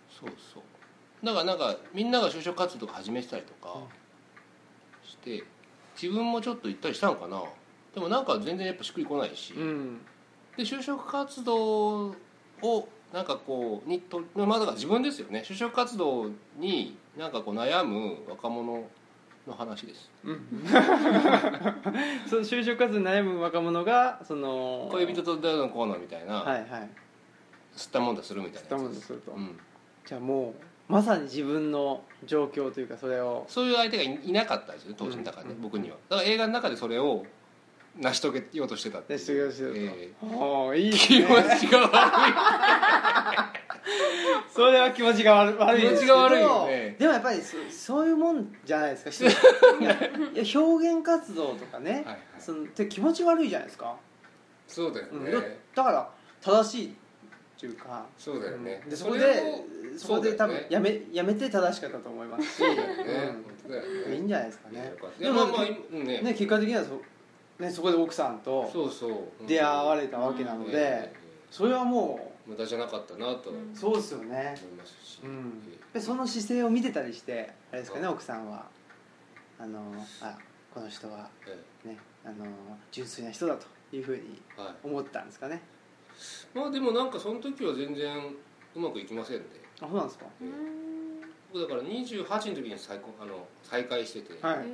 Speaker 3: そうそうだからなんかみんなが就職活動とか始めてたりとかして自分もちょっと行ったりしたのかなでもなんか全然やっぱしっくりこないし、
Speaker 1: うん
Speaker 3: で就職活動をなんかこうにとまあだから自分ですよね就職活動になんかこう悩む若者の話です
Speaker 1: その就職活動に悩む若者がその
Speaker 3: 恋人と出会うのコーナーみたいな、
Speaker 1: はいはい
Speaker 3: 吸ったもんだするみたいな
Speaker 1: ダ
Speaker 3: や
Speaker 1: ウ
Speaker 3: つ
Speaker 1: ン
Speaker 3: です
Speaker 1: すると、
Speaker 3: うん、
Speaker 1: じゃあもうまさに自分の状況というかそれを
Speaker 3: そういう相手がいいなかったんですよね当時の中で、
Speaker 1: うん
Speaker 3: 僕にはだから映画の中でそれを成し遂げようとしてたっていう
Speaker 1: 成し遂げようとしてたと
Speaker 3: え
Speaker 1: おーいい
Speaker 3: え
Speaker 1: です
Speaker 3: 気
Speaker 1: ね
Speaker 3: 持ちが悪い
Speaker 1: それは気持ちが悪悪いですけど
Speaker 3: 気持ちが悪いよね
Speaker 1: でもやっぱりそそういうもんじゃない ですか人いやいや表現活動とかね、
Speaker 3: はいはい
Speaker 1: そのって気持ち悪いじゃないですか、
Speaker 3: そうだよ
Speaker 1: うんだだから正しいっていうか
Speaker 3: そうだよね
Speaker 1: でそこ
Speaker 3: そ
Speaker 1: で
Speaker 3: れを
Speaker 1: そこで多
Speaker 3: そうだよ
Speaker 1: 分
Speaker 3: ね
Speaker 1: やめやめて正しかったと思いますし、
Speaker 3: 当だよ
Speaker 1: うん、いいんじゃないですかね
Speaker 3: で
Speaker 1: で
Speaker 3: も
Speaker 1: も、
Speaker 3: まあ今ね
Speaker 1: ね、結果的にはそ,、ね、そこで奥さんと
Speaker 3: そうそう
Speaker 1: 出会われた
Speaker 3: た
Speaker 1: わけなので、それはも
Speaker 3: 無駄じゃなかったなと思いう
Speaker 2: うん
Speaker 1: そうですよね
Speaker 3: ますし、
Speaker 1: うんでその姿勢を見てたりしてあれですかね奥さんはあのあこの人は
Speaker 3: え
Speaker 1: ねあの純粋な人だというふうに
Speaker 3: えはい
Speaker 1: 思ったんですかね
Speaker 3: まあでもなんかその時は全然うまくいきませんで
Speaker 1: あそうなんですか
Speaker 2: うーん
Speaker 3: 僕だから28の時に再婚あの再会してて、
Speaker 1: は
Speaker 2: え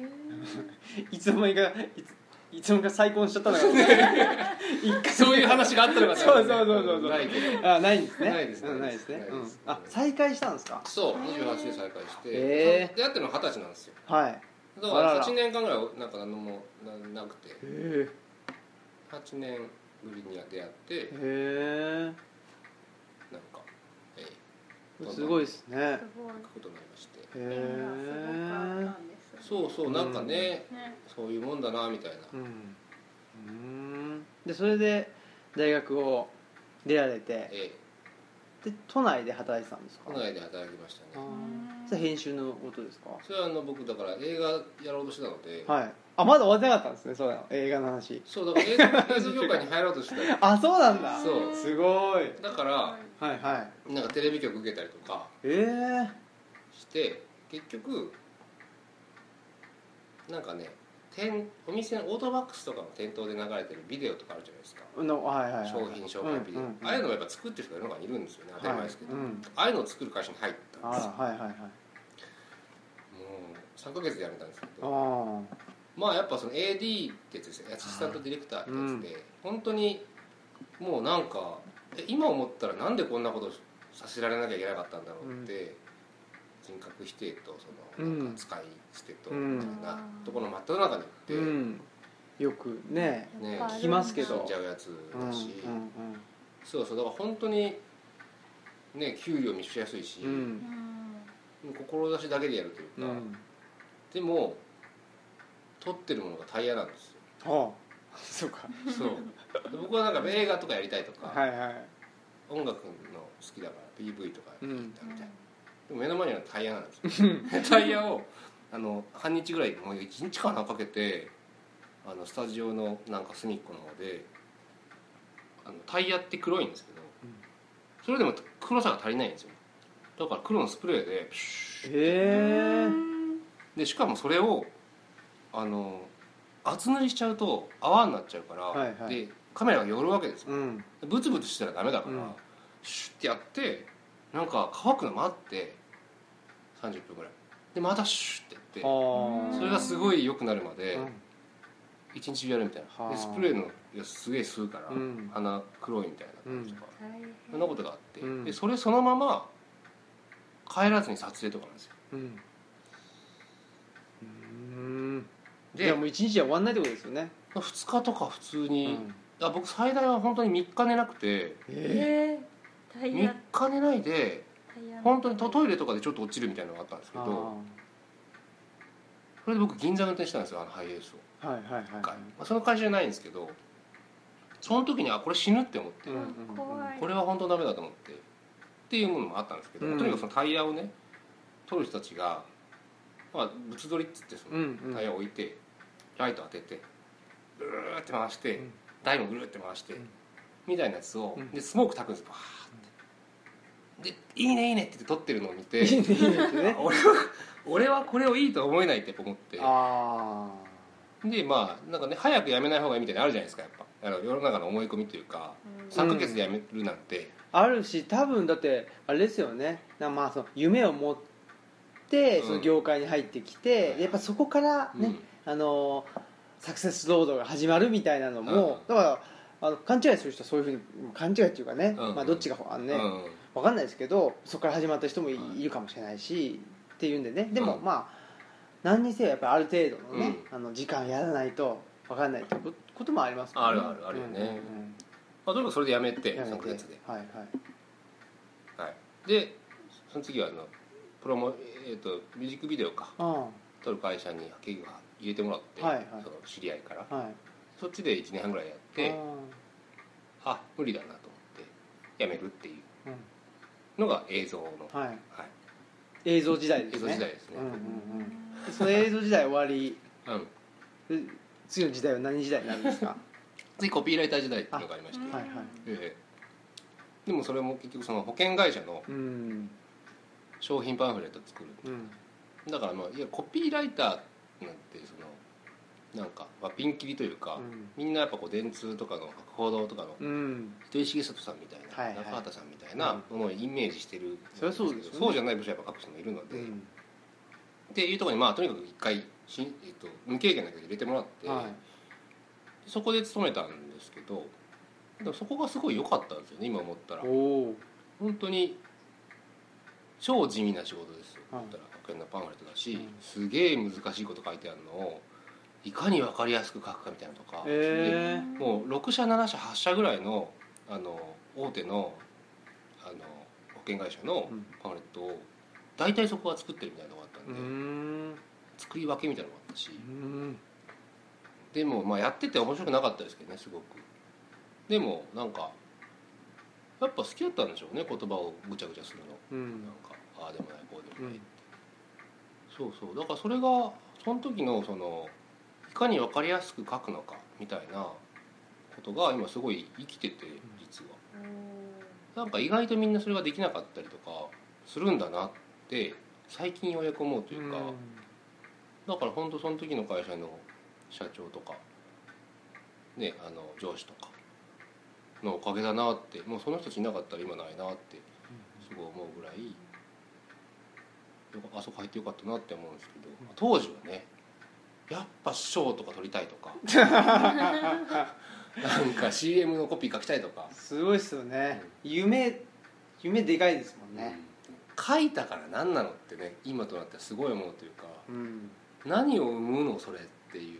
Speaker 1: い
Speaker 2: ー
Speaker 1: いつの間にかいついつの間にか再婚しちゃったのかな一回
Speaker 3: そういう話があったの か
Speaker 1: そうそうそうそうそう
Speaker 3: ないけど
Speaker 1: あないんですね
Speaker 3: ないですね
Speaker 1: うんないですね
Speaker 3: ないです
Speaker 1: うんあ再会したんですか
Speaker 3: そう28で再会して、
Speaker 1: へえ
Speaker 3: 出会ったのは二十歳なんですよ
Speaker 1: はい
Speaker 3: だか
Speaker 1: あら
Speaker 3: ら
Speaker 1: ら
Speaker 3: 8年間ぐらいなんか何もななくて
Speaker 1: へ
Speaker 3: 8年ぶりに出会って
Speaker 1: え
Speaker 3: なんかええ
Speaker 1: すごいですね
Speaker 2: すごい
Speaker 3: 書くことになりまして
Speaker 1: へ
Speaker 2: 縁がすごくあっ
Speaker 1: え
Speaker 2: たんです
Speaker 3: そうそうなんかね、
Speaker 2: ね
Speaker 3: そういうもんだなみたいな、
Speaker 1: うんうんでそれで大学を出られて
Speaker 3: ええ
Speaker 1: で都内で働いてたんですか
Speaker 3: 都内で働きました
Speaker 1: あ
Speaker 3: ね
Speaker 1: ーそれ編集の音ですか
Speaker 3: それはあの僕だから映画やろうとしてたので、
Speaker 1: はいあまだ終わってなかったんですねそうだ映画の話
Speaker 3: そうだから映画映像業界に入ろうとしてた
Speaker 1: あそうなんだ
Speaker 3: そう
Speaker 1: すごい
Speaker 3: だから
Speaker 1: はいはい
Speaker 3: なんかテレビ局受けたりとか
Speaker 1: え
Speaker 3: して結局なんかね店お店のオートバックスとかの店頭で流れてるビデオとかあるじゃないですか
Speaker 1: えのはいはいはい
Speaker 3: 商品紹介ビデオ、
Speaker 1: うんうんうん
Speaker 3: ああいうのをやっぱ作ってる人が世の中にいるんですよね当たり前ですけど、
Speaker 1: はいうん
Speaker 3: ああいうのを作る会社に入った
Speaker 1: あ
Speaker 3: んですよ
Speaker 1: はいはいはい
Speaker 3: もう3ヶ月で辞めたんですけ
Speaker 1: あ
Speaker 3: ど
Speaker 1: ー
Speaker 3: まあやっぱその AD ってやつですよアシスタントディレクターってやつで、本当にもうなんかえ今思ったらなんでこんなことさせられなきゃいけなかったんだろうって、人格否定とそのなんか使い捨てとみたいなところの真っ只中に行って、
Speaker 1: うんよくね
Speaker 3: ね
Speaker 2: やっぱあるんだ
Speaker 1: 聞きますけ
Speaker 3: 死
Speaker 1: ど
Speaker 3: んじゃうやつ
Speaker 1: うんう
Speaker 3: だ
Speaker 1: ん
Speaker 3: し、そうそうだから本当にね給料見しやすいし、
Speaker 1: うんうん
Speaker 2: うん
Speaker 3: 志だけでやるという
Speaker 1: う
Speaker 3: か、
Speaker 1: ん
Speaker 3: でも取ってるものがタイヤなんですよ
Speaker 1: ああそうか
Speaker 3: そうで僕はなんか映画とかやりたいとか、
Speaker 1: はいはい
Speaker 3: 音楽の好きだから PV とかやりたいみたいな、
Speaker 2: う
Speaker 3: でも目の前にはタイヤなんですよ タイヤをあの半日ぐらいもう1日かなかけてあのスタジオのなんか隅っこの方であのタイヤって黒いんですけど、
Speaker 1: うん
Speaker 3: それでも黒さが足りないんですよだから黒のスプレーでプシュッ
Speaker 1: へえ
Speaker 3: でしかもそれをあの厚塗りしちゃうと泡になっちゃうから、
Speaker 1: はいはい
Speaker 3: でカメラが寄るわけですよ
Speaker 1: うん
Speaker 3: ブツブツしたらダメだから、
Speaker 1: うん
Speaker 3: シュッてやってなんか乾くの待って30分ぐらいでまたシュッてやって
Speaker 1: ああ
Speaker 3: それがすごい良くなるまで
Speaker 1: うん
Speaker 3: 一日中やるみたいな、
Speaker 1: はあ
Speaker 3: でスプレーのやつすげえ吸うから、
Speaker 1: うん
Speaker 3: 鼻黒いみたいな感じとか、
Speaker 2: 大変
Speaker 3: そんなことがあって、
Speaker 1: うん
Speaker 3: でそれそのまま帰らずに撮影とかなんですよ
Speaker 1: うんうーんじゃ
Speaker 3: で
Speaker 1: あもう一日は終わんないってことですよね、
Speaker 3: 2日とか普通
Speaker 1: う
Speaker 3: に、
Speaker 1: ん
Speaker 3: あ僕最大は本当に3日寝なくて
Speaker 1: え
Speaker 2: えー、タイ
Speaker 3: 3
Speaker 2: ヤ
Speaker 3: 日寝ないで
Speaker 2: タイヤ
Speaker 3: 本当にトトイレとかでちょっと落ちるみたいなのがあったんです
Speaker 1: ー
Speaker 3: け
Speaker 1: あ
Speaker 3: どそれで僕銀座運転したんですよあのハイエースを、
Speaker 1: ーはいはいはい
Speaker 3: 一回まあ、その会社じゃないんですけどその時にあこれ死ぬって思って
Speaker 1: うんうんうん
Speaker 2: 怖い
Speaker 3: これは本当ダメだと思ってっていうものもあったんですけど、
Speaker 1: うん
Speaker 3: とにかくそのタイヤをね取る人たちが、まあ、物取りっつってその
Speaker 1: うんうん
Speaker 3: タイヤを置いてライト当ててぐるーって回して、
Speaker 1: うん
Speaker 3: 台もぐるーって回して、
Speaker 1: うん
Speaker 3: みたいなやつを、
Speaker 1: うん
Speaker 3: でスモーク炊くんですバーってで「いいねいいね」って言って撮ってるのを見て
Speaker 1: いいねいいねってね
Speaker 3: あ俺は俺はこれをいいとは思えないって思って
Speaker 1: あ
Speaker 3: でまあなんかね早くやめない方がいいみたいなのあるじゃないですかやっぱあの世の中の思い込みというか3ヶ月でやめるなんて、
Speaker 1: ああるし多分だってあれですよねなまあその夢を持って
Speaker 3: うん
Speaker 1: その業界に入ってきて、
Speaker 3: はい
Speaker 1: やっぱそこからね、
Speaker 3: うん
Speaker 1: あのサクセスロードが始まるみたいなのも、だからあの勘違いする人はそういうふうに勘違いっていうかね、
Speaker 3: うん
Speaker 1: まあ、どっちがあのね、
Speaker 3: うん
Speaker 1: わかんないですけどそこから始まった人もい,、
Speaker 3: はい
Speaker 1: るかもしれないしっていうんでねでも、
Speaker 3: うん
Speaker 1: まあ何にせよやっぱりある程度のね、あの時間やらないとわかんないってことこともありますもんね
Speaker 3: あるあるあるよね
Speaker 1: うんうんうん
Speaker 3: まあ、とにかくそれでやめて
Speaker 1: やめて
Speaker 3: 3ヶ月で、
Speaker 1: はいはい
Speaker 3: はい、でその次はあのプロモ、えー、とミュージックビデオか
Speaker 1: あ
Speaker 3: 撮る会社に派遣が入れてもらって、
Speaker 1: はいはい
Speaker 3: その知り合いから
Speaker 1: あはい
Speaker 3: そっちで1年半ぐらいやってあ無理だなと思ってやめるってい
Speaker 1: あーうん
Speaker 3: うのが映像の、はい
Speaker 1: はい、映像時代ですね
Speaker 3: 映像時代ですね
Speaker 1: うんうんうん
Speaker 2: う
Speaker 1: でその映像時代終わり
Speaker 3: うん、
Speaker 1: で次の時代は何時代になるんですか
Speaker 3: 次コピーライター時代っていうのがありまして、
Speaker 1: はいはい
Speaker 3: ええでもそれも結局その保険会社の
Speaker 1: うん
Speaker 3: 商品パンフレット作る
Speaker 1: うん
Speaker 3: だからまあいやコピーライターなんてそのなんか、まあ、ピンキリというか、みんなやっぱこう電通とかの博報堂とかの
Speaker 1: うん、うん、
Speaker 3: 糸井重里さんみたいな、
Speaker 1: はいはい
Speaker 3: 中畑さんみたいなものをイメージしてる、
Speaker 1: そりゃそうですよね
Speaker 3: そうじゃない部署はやっぱ各社もいるので、
Speaker 1: う
Speaker 3: っ
Speaker 1: ん
Speaker 3: ていうところにまあとにかく一回しん、えっと無経験だけど入れてもらって、
Speaker 1: はい
Speaker 3: そこで勤めたんですけどでもそこがすごい良かったんですよね今思ったら
Speaker 1: おお
Speaker 3: 本当に超地味な仕事ですよ、
Speaker 1: はい
Speaker 3: 言ったら学園のパンフレットだし、
Speaker 1: うん
Speaker 3: すげえ難しいこと書いてあるのをいかに分かりやすく書くかみたいなのとか、
Speaker 1: え
Speaker 2: ん
Speaker 3: もう6社7社8社ぐらいのあの大手のあの保険会社の
Speaker 1: うん
Speaker 3: パンフレットを大体そこが作ってるみたいなのがあったん
Speaker 1: ー、うん
Speaker 3: で、作り分けみたいなのがあったし
Speaker 1: うん
Speaker 3: でもまあやってて面白くなかったですけどねすごくでもなんかやっぱ好きだったんでしょうね言葉をぐちゃぐちゃするの、
Speaker 1: う
Speaker 3: なん
Speaker 1: ん
Speaker 3: かああでもないこうで
Speaker 1: う
Speaker 3: もない、
Speaker 1: ん
Speaker 3: そうそうだからそれがその時のそのいかに分かりやすく書くのかみたいなことが今すごい生きてて実は。なんか意外とみんなそれができなかったりとかするんだなって最近ようやく思うというか、だから本当その時の会社の社長とか、ね、あの上司とかのおかげだなってもうその人たちいなかったら今ないなってすごい思うぐらいよかあそこ入ってよかったなって思うんですけど当時はねやっぱ賞とか取りたいとかなんか CM のコピー書きたいとか。
Speaker 1: すごいっすよね夢夢でかいですもんね
Speaker 3: 書いたから何なのってね今となってはすごい思うというか
Speaker 1: うん、うん
Speaker 3: 何を生むのそれっていう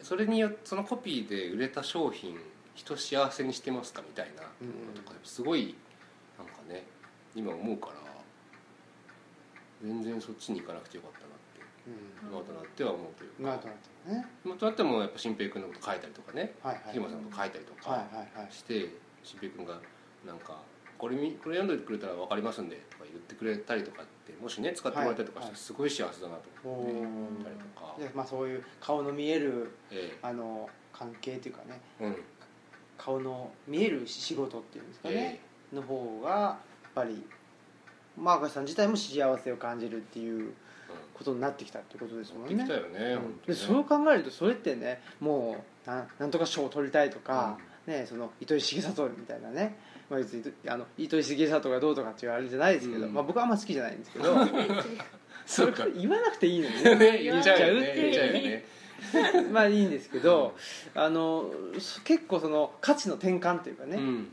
Speaker 3: それによってそのコピーで売れた商品人幸せにしてますかみたいな
Speaker 1: うん
Speaker 3: とかすごいなんかね今思うから全然そっちに行かなくてよかったなって
Speaker 1: うん
Speaker 3: 今となっては思うという
Speaker 1: なる
Speaker 3: か
Speaker 1: ほどね
Speaker 3: 今となってもやっぱ新平君のこと書いたりとかね
Speaker 1: はいはい
Speaker 3: ひまさんのこと書いたりとか、
Speaker 1: はいはいはい
Speaker 3: して新平君がなんかこれみ「これ読んでくれたら分かりますんで」とか言ってくれたりとかってもしね使ってもらったりとかし
Speaker 1: はいは
Speaker 3: たら
Speaker 1: い
Speaker 3: すごい幸せだなと
Speaker 1: お
Speaker 3: 思って
Speaker 1: お
Speaker 3: 見たりとか、
Speaker 1: でまあそういう顔の見える
Speaker 3: え
Speaker 1: あの関係というかね
Speaker 3: えうん
Speaker 1: 顔の見える仕事っていうんですかね
Speaker 3: え、
Speaker 1: の方がやっぱりマーカスさん自体も幸せを感じるっていう
Speaker 3: え
Speaker 1: ことになってきたってことです
Speaker 3: うん
Speaker 1: もん
Speaker 3: 持
Speaker 1: ね
Speaker 3: ってきたよね、
Speaker 1: うん
Speaker 3: 本当
Speaker 1: で
Speaker 3: にね
Speaker 1: そう考えるとそれってねもうなんなんとか賞を取りたいとか、ね、その糸井重里みたいなね、まあ、別にあの糸井重里がどうとかっていうあれじゃないですけど、
Speaker 3: うん
Speaker 1: まあ、僕はあんま好きじゃないんですけど それ
Speaker 3: そうか
Speaker 1: 言わなくていいの にね
Speaker 3: ね言っちゃうよね
Speaker 1: 言っ
Speaker 3: 言っ
Speaker 1: ち
Speaker 3: ち
Speaker 1: ゃ
Speaker 3: ゃ
Speaker 1: う
Speaker 3: う
Speaker 1: よ
Speaker 3: よ
Speaker 1: ね
Speaker 3: ね
Speaker 1: まあいいんですけどあのそ結構その価値の転換というかね、
Speaker 3: うん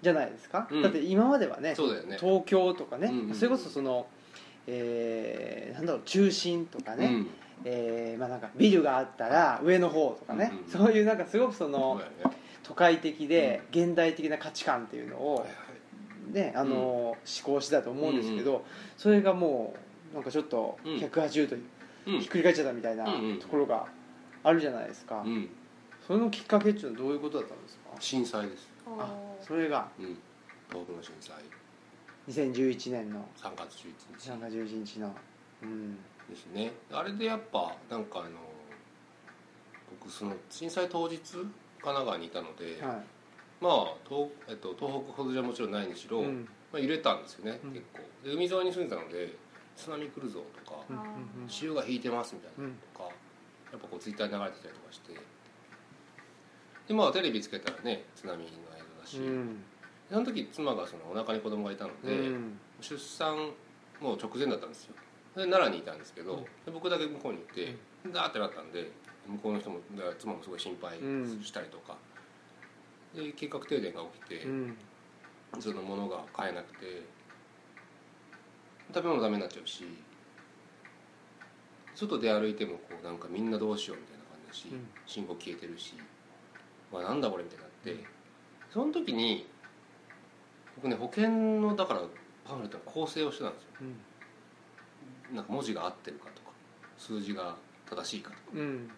Speaker 1: じゃないですか、
Speaker 3: うん
Speaker 1: だって今まではね
Speaker 3: そうだよね
Speaker 1: 東京とかね、
Speaker 3: うんうん
Speaker 1: それこそその、えーなんだろう中心とかね、
Speaker 3: うん
Speaker 1: えーまあ、なんかビルがあったら上の方とかね、
Speaker 3: うんうん
Speaker 1: そういうなんかすごくそ
Speaker 3: そ
Speaker 1: の
Speaker 3: うだよね
Speaker 1: 都会的で現代的な価値観っていうのを
Speaker 3: はい、はい
Speaker 1: ねあのー思考してたと思うんですけど、それがもうなんかちょっと
Speaker 3: うん
Speaker 1: 180度
Speaker 3: うん
Speaker 1: ひっくり返っちゃったみたいな
Speaker 3: うんうん
Speaker 1: ところがあるじゃないですか、
Speaker 3: うん、
Speaker 1: それのきっかけっていうのはどういうことだったんですか
Speaker 3: 震災です、
Speaker 1: あそれが
Speaker 3: うん、東北の震災
Speaker 1: 2011年の
Speaker 3: 3月11日
Speaker 1: 3月11日のうん
Speaker 3: ですねあれでやっぱなんかあの僕その震災当日神奈川にいたので、
Speaker 1: は
Speaker 3: まあ東,、えっと、東北ほどじゃもちろんないにし
Speaker 1: い
Speaker 3: ろ、
Speaker 1: うん
Speaker 3: まあ、揺れたんですよね、
Speaker 1: うん
Speaker 3: 結構で海沿いに住んでたので津波来るぞとか、
Speaker 1: うんうん
Speaker 3: 潮が引いてますみたいな
Speaker 1: うんうん
Speaker 3: とかやっぱこうツイッターに流れてきたりとかしてでまあテレビつけたらね津波の映像だし、
Speaker 1: うん
Speaker 3: その時妻がそのお腹に子供がいたので、
Speaker 1: うん
Speaker 3: 出産もう直前だったんですよで奈良にいたんですけど、
Speaker 1: うん
Speaker 3: で僕だけ向こうに行ってダーってなったんで向こうの人もだから妻もすごい心配
Speaker 1: うん
Speaker 3: したりとか、で計画停電が起きて、
Speaker 1: うん
Speaker 3: その物が買えなくて食べ物ダメになっちゃうし外で歩いてもこうなんかみんなどうしようみたいな感じだし、
Speaker 1: うん
Speaker 3: 信号消えてるし、まあ、なんだこれみたいになってその時に僕ね保険のだからパンフレットの構成をしてたんですよ
Speaker 1: うん
Speaker 3: なんか文字が合ってるかとか数字が正しいかとか
Speaker 1: うん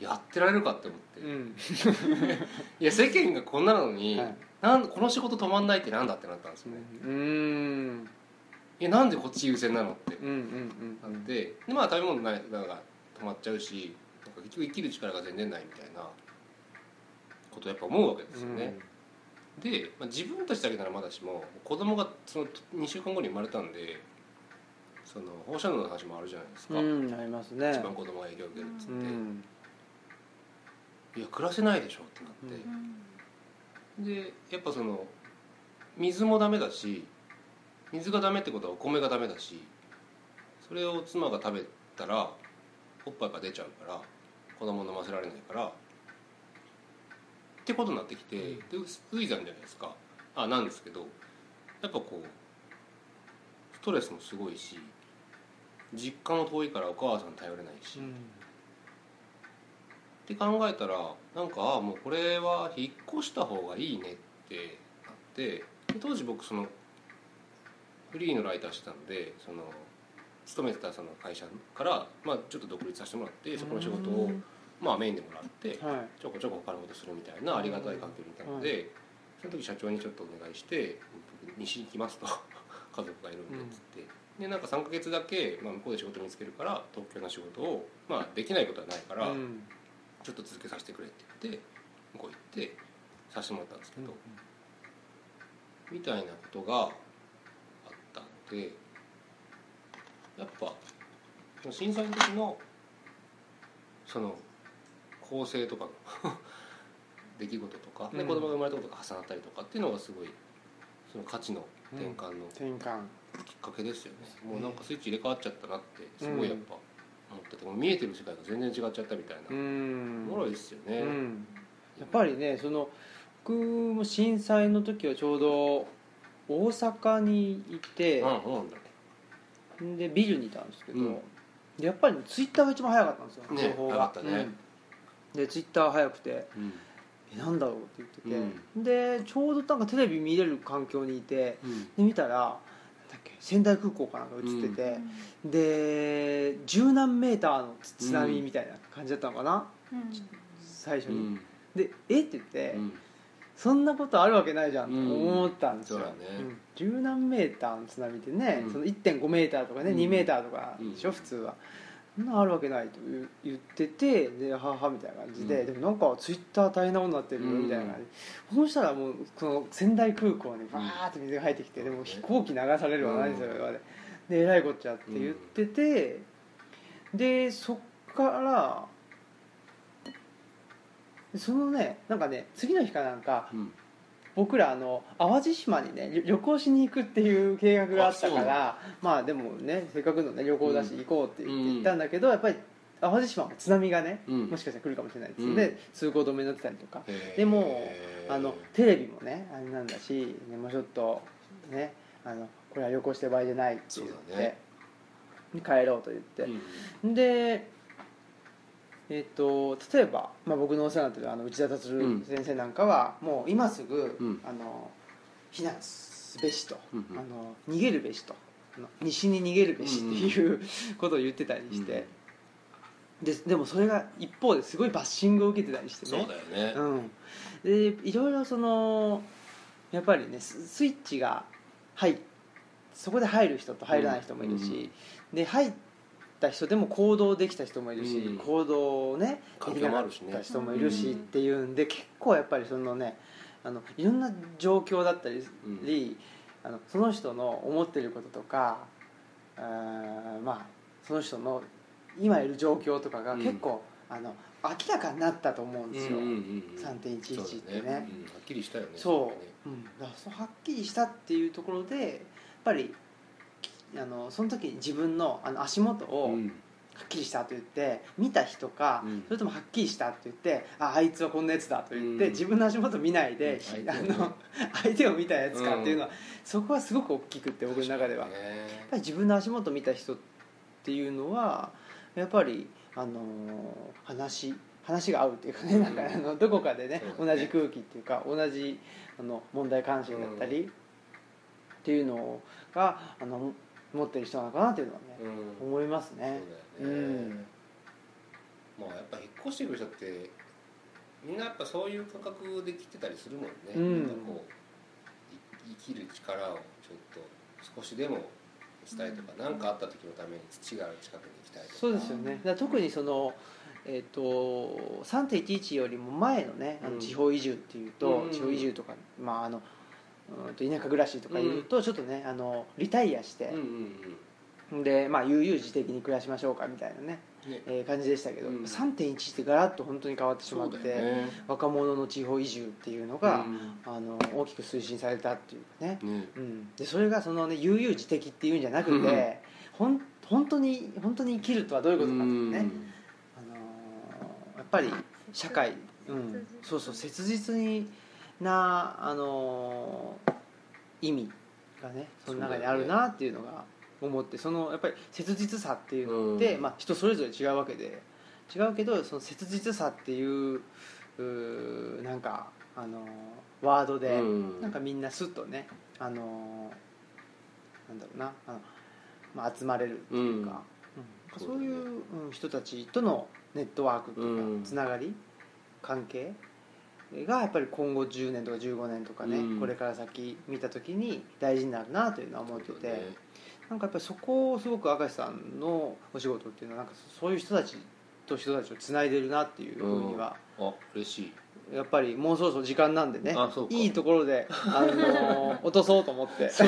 Speaker 3: やってられるかって思って、い
Speaker 1: うん
Speaker 3: や世間がこんなのに、
Speaker 1: はい
Speaker 3: なんこの仕事止まんないってなんだってなったんですよね、
Speaker 1: うん
Speaker 3: いやなんでこっち優先なのって
Speaker 1: うんうん
Speaker 3: なってでまあ食べ物ないなんか止まっちゃうしなんか結局生きる力が全然ないみたいなことをやっぱ思うわけですよね、で、まあ、自分たちだけならまだしも子供がその2週間後に生まれたんでその放射能の話もあるじゃないです
Speaker 1: う
Speaker 3: か、
Speaker 1: んありますね
Speaker 3: 一番子供が影響を受けるっつって、
Speaker 1: うん
Speaker 3: いや暮らせないでしょってなって、でやっぱその水もダメだし水がダメってことはお米がダメだしそれを妻が食べたらおっぱいが出ちゃうから子供飲ませられないからってことになってきて、でういざんじゃないですかあなんですけどやっぱこうストレスもすごいし実家も遠いからお母さん頼れないし、
Speaker 1: う
Speaker 3: っ
Speaker 1: ん
Speaker 3: て考えたらなんかあもうこれは引っ越した方がいいねってなってで当時僕そのフリーのライターしてたのでその勤めてたその会社から、まあ、ちょっと独立させてもらってそこの仕事を、まあ、メインでもらって
Speaker 1: はい
Speaker 3: ちょこちょこ他のことするみたいなありがたい環境にいたので、その時社長にちょっとお願いして「僕西に行きます」と 家族がいるんでっつって、でなんか3ヶ月だけ、まあ、向こうで仕事見つけるから東京の仕事を、まあ、できないことはないから、
Speaker 1: うん
Speaker 3: ちょっと続けさせてくれって言って向こう行ってさせてもらったんですけど、みたいなことがあったのでやっぱその震災の時のその構成とかの 出来事とか、で
Speaker 1: うん
Speaker 3: 子供が生まれたことが重なったりとかっていうのがすごいその価値の転換の
Speaker 1: 転換
Speaker 3: きっかけですよね、
Speaker 1: うん
Speaker 3: もうなんかスイッチ入れ替わっちゃったなってすごいやっぱ思ってて、もう見えてる世界が全然違っちゃったみたいな、
Speaker 1: うん
Speaker 3: おもろいですよね、
Speaker 1: うんやっぱりねその僕も震災の時はちょうど大阪にいて
Speaker 3: うんうん
Speaker 1: でビルにいたんですけど、
Speaker 3: うん
Speaker 1: でやっぱりツイッターが一番早かったんですよ
Speaker 3: ね
Speaker 1: 情報が、
Speaker 3: 早かったね
Speaker 1: うんでツイッター早くて
Speaker 3: うん
Speaker 1: 「えなんだろう?」って言ってて、でちょうどなんかテレビ見れる環境にいて
Speaker 3: うん
Speaker 1: で見たらなんだっけ仙台空港かなんか映ってて、で十何メーターの津波みたいな感じだったのかな、最初
Speaker 3: う
Speaker 1: に、
Speaker 3: ん
Speaker 1: で「えっ?」て言って、
Speaker 3: うん
Speaker 1: そんなことあるわけないじゃんと思ったんですよ、
Speaker 3: うんそうだね
Speaker 1: ん十何メーターの津波ってね、
Speaker 3: うん
Speaker 1: その1.5メーターとかね、
Speaker 3: うん
Speaker 1: 2メーターとかでしょ、
Speaker 3: うん
Speaker 1: 普通はそんなあるわけないと言う言っててでははみたいな感じで、
Speaker 3: うん
Speaker 1: でもなんかツイッター大変なことになってるよ
Speaker 3: うん
Speaker 1: みたいな感じ、そうしたらもうこの仙台空港にバーって水が入ってきて、
Speaker 3: うん
Speaker 1: でも飛行機流されるわないですよ、
Speaker 3: うん
Speaker 1: 今まででえらいこっちゃって言ってて、でそっからでそのねなんかね次の日かなんか
Speaker 3: うん
Speaker 1: 僕らあの淡路島にね旅旅行しに行くっていう計画があったか
Speaker 3: あそうな
Speaker 1: らまあでもねせっかくの、ね、旅行だし
Speaker 3: うん
Speaker 1: 行こうって言って
Speaker 3: うん
Speaker 1: 行ったんだけど、やっぱり淡路島も津波がね、
Speaker 3: うん
Speaker 1: もしかしたら来るかもしれないです
Speaker 3: うん
Speaker 1: ので、通行止めになってたりとか
Speaker 3: へー
Speaker 1: でもあのテレビもねあれなんだし、ね、もうちょっとねあのこれは旅行してる場合じゃないって言っ
Speaker 3: そう
Speaker 1: て、
Speaker 3: だね
Speaker 1: に帰ろうと言って、でえっと例えば、まあ、僕のお世話になってるあの内田達郎先生なんかは、もう今すぐ、
Speaker 3: うん
Speaker 1: あの避難すべしと、
Speaker 3: うんうん
Speaker 1: あの逃げるべしとあの西に逃げるべしっていう、 ことを言ってたりして、ででもそれが一方ですごいバッシングを受けてたりして
Speaker 3: そう
Speaker 1: ね
Speaker 3: だよね
Speaker 1: うん、でいろいろそのやっぱりねススイッチが入っそこで入る人と入らない人もいるし、で入った人でも行動できた人もいるし、
Speaker 3: うん
Speaker 1: 行動をね
Speaker 3: 環
Speaker 1: でき
Speaker 3: 境
Speaker 1: な
Speaker 3: もあ
Speaker 1: かっ
Speaker 3: るしね
Speaker 1: た人もいるし
Speaker 2: う
Speaker 1: っ
Speaker 2: ん
Speaker 1: ていうんで結構やっぱりそのねあのいろんな状況だったり、あのその人の思ってることとかあーまあその人の今いる状況とかが結構、あの明らかになったと思うんですよ。3.11ってね
Speaker 3: そうだようんはっきりしたよね
Speaker 1: そう、うん、だからそうはっきりしたっていうところでやっぱりきあのその時に自分のあの足元
Speaker 3: う
Speaker 1: を
Speaker 3: ん
Speaker 1: はっきりしたと言って見た人か、
Speaker 3: うん
Speaker 1: それともはっきりしたって言ってああいつはこんなやつだと言って、
Speaker 3: うん
Speaker 1: 自分の足元見ないで、
Speaker 3: うん
Speaker 1: あ
Speaker 3: 相手をね
Speaker 1: の相手を見たやつかっていうのは、
Speaker 3: う
Speaker 1: そこはすごく大きくって僕の中では、やっ
Speaker 3: ね
Speaker 1: ぱり自分の足元見た人っていうのはやっぱりあのー話話が合うっていうかね、
Speaker 3: うん
Speaker 1: なんかあのどこかでね
Speaker 3: そ
Speaker 1: 同
Speaker 3: うだね
Speaker 1: じ空気っていうか同じあの問題関心だったり、っていうのがあの持ってる人なのかなっていうのはね、
Speaker 3: うん
Speaker 1: 思いますね。
Speaker 3: そうだよね、まあやっぱ引っ越してくる人ってみんなやっぱそういう感覚で来てたりするもんね、
Speaker 1: うん
Speaker 3: なんかこうい生きる力をちょっと少しでも伝えとか何、なん、かあった時のために土がある近くに行きたいとか
Speaker 1: そうですよね。だから特にそのえっ、と3.11よりも前のね、あ
Speaker 3: う
Speaker 1: の
Speaker 3: ん
Speaker 1: 地方移住っていうと、
Speaker 3: うん
Speaker 1: 地方移住とかまああのうんと田舎暮らしとかいうと、ちょっとねあのリタイアして
Speaker 3: うん、うん
Speaker 1: でまあ悠々自適に暮らしましょうかみたいなね、
Speaker 3: うんね
Speaker 1: えー感じでしたけど、
Speaker 3: うん
Speaker 1: 3.11ってガラッと本当に変わってしまって、
Speaker 3: ね
Speaker 1: 若者の地方移住っていうのが、
Speaker 3: うん
Speaker 1: あの大きく推進されたっていうかね。
Speaker 3: ね
Speaker 1: うん、でそれがそのね悠々自適っていうんじゃなくて、ほん本当に本当に生きるとはどういうことかっていうね、あのーやっぱり社会、うん、そうそう切実にな、あのー意味がねその中にあるなっていうのが思ってそのやっぱり切実さっていうのって、
Speaker 3: うん
Speaker 1: まあ、人それぞれ違うわけで違うけどその切実さっていううーなんか、あのーワードで、
Speaker 3: うん
Speaker 1: なんかみんなスッとね、あのーなんだろうなあの、まあ、集まれるっていうか。
Speaker 3: うん
Speaker 1: うん
Speaker 3: そ
Speaker 1: そうう
Speaker 3: だね
Speaker 1: いううん人たちとのネットワークと
Speaker 3: う
Speaker 1: いうんかつながり関係がやっぱり今後10年とか15年とかね、
Speaker 3: うん
Speaker 1: これから先見た時に大事になるなというのは思ってて、
Speaker 3: ね
Speaker 1: なんかやっぱりそこをすごく明石さんのお仕事っていうのはなんかそういう人たちと人たちをつないでるなっていうふうには、
Speaker 3: あ嬉しい
Speaker 1: やっぱりもうそろそろ時間なんでね
Speaker 3: あそうか
Speaker 1: いいところ で、あのー落とそうと思って。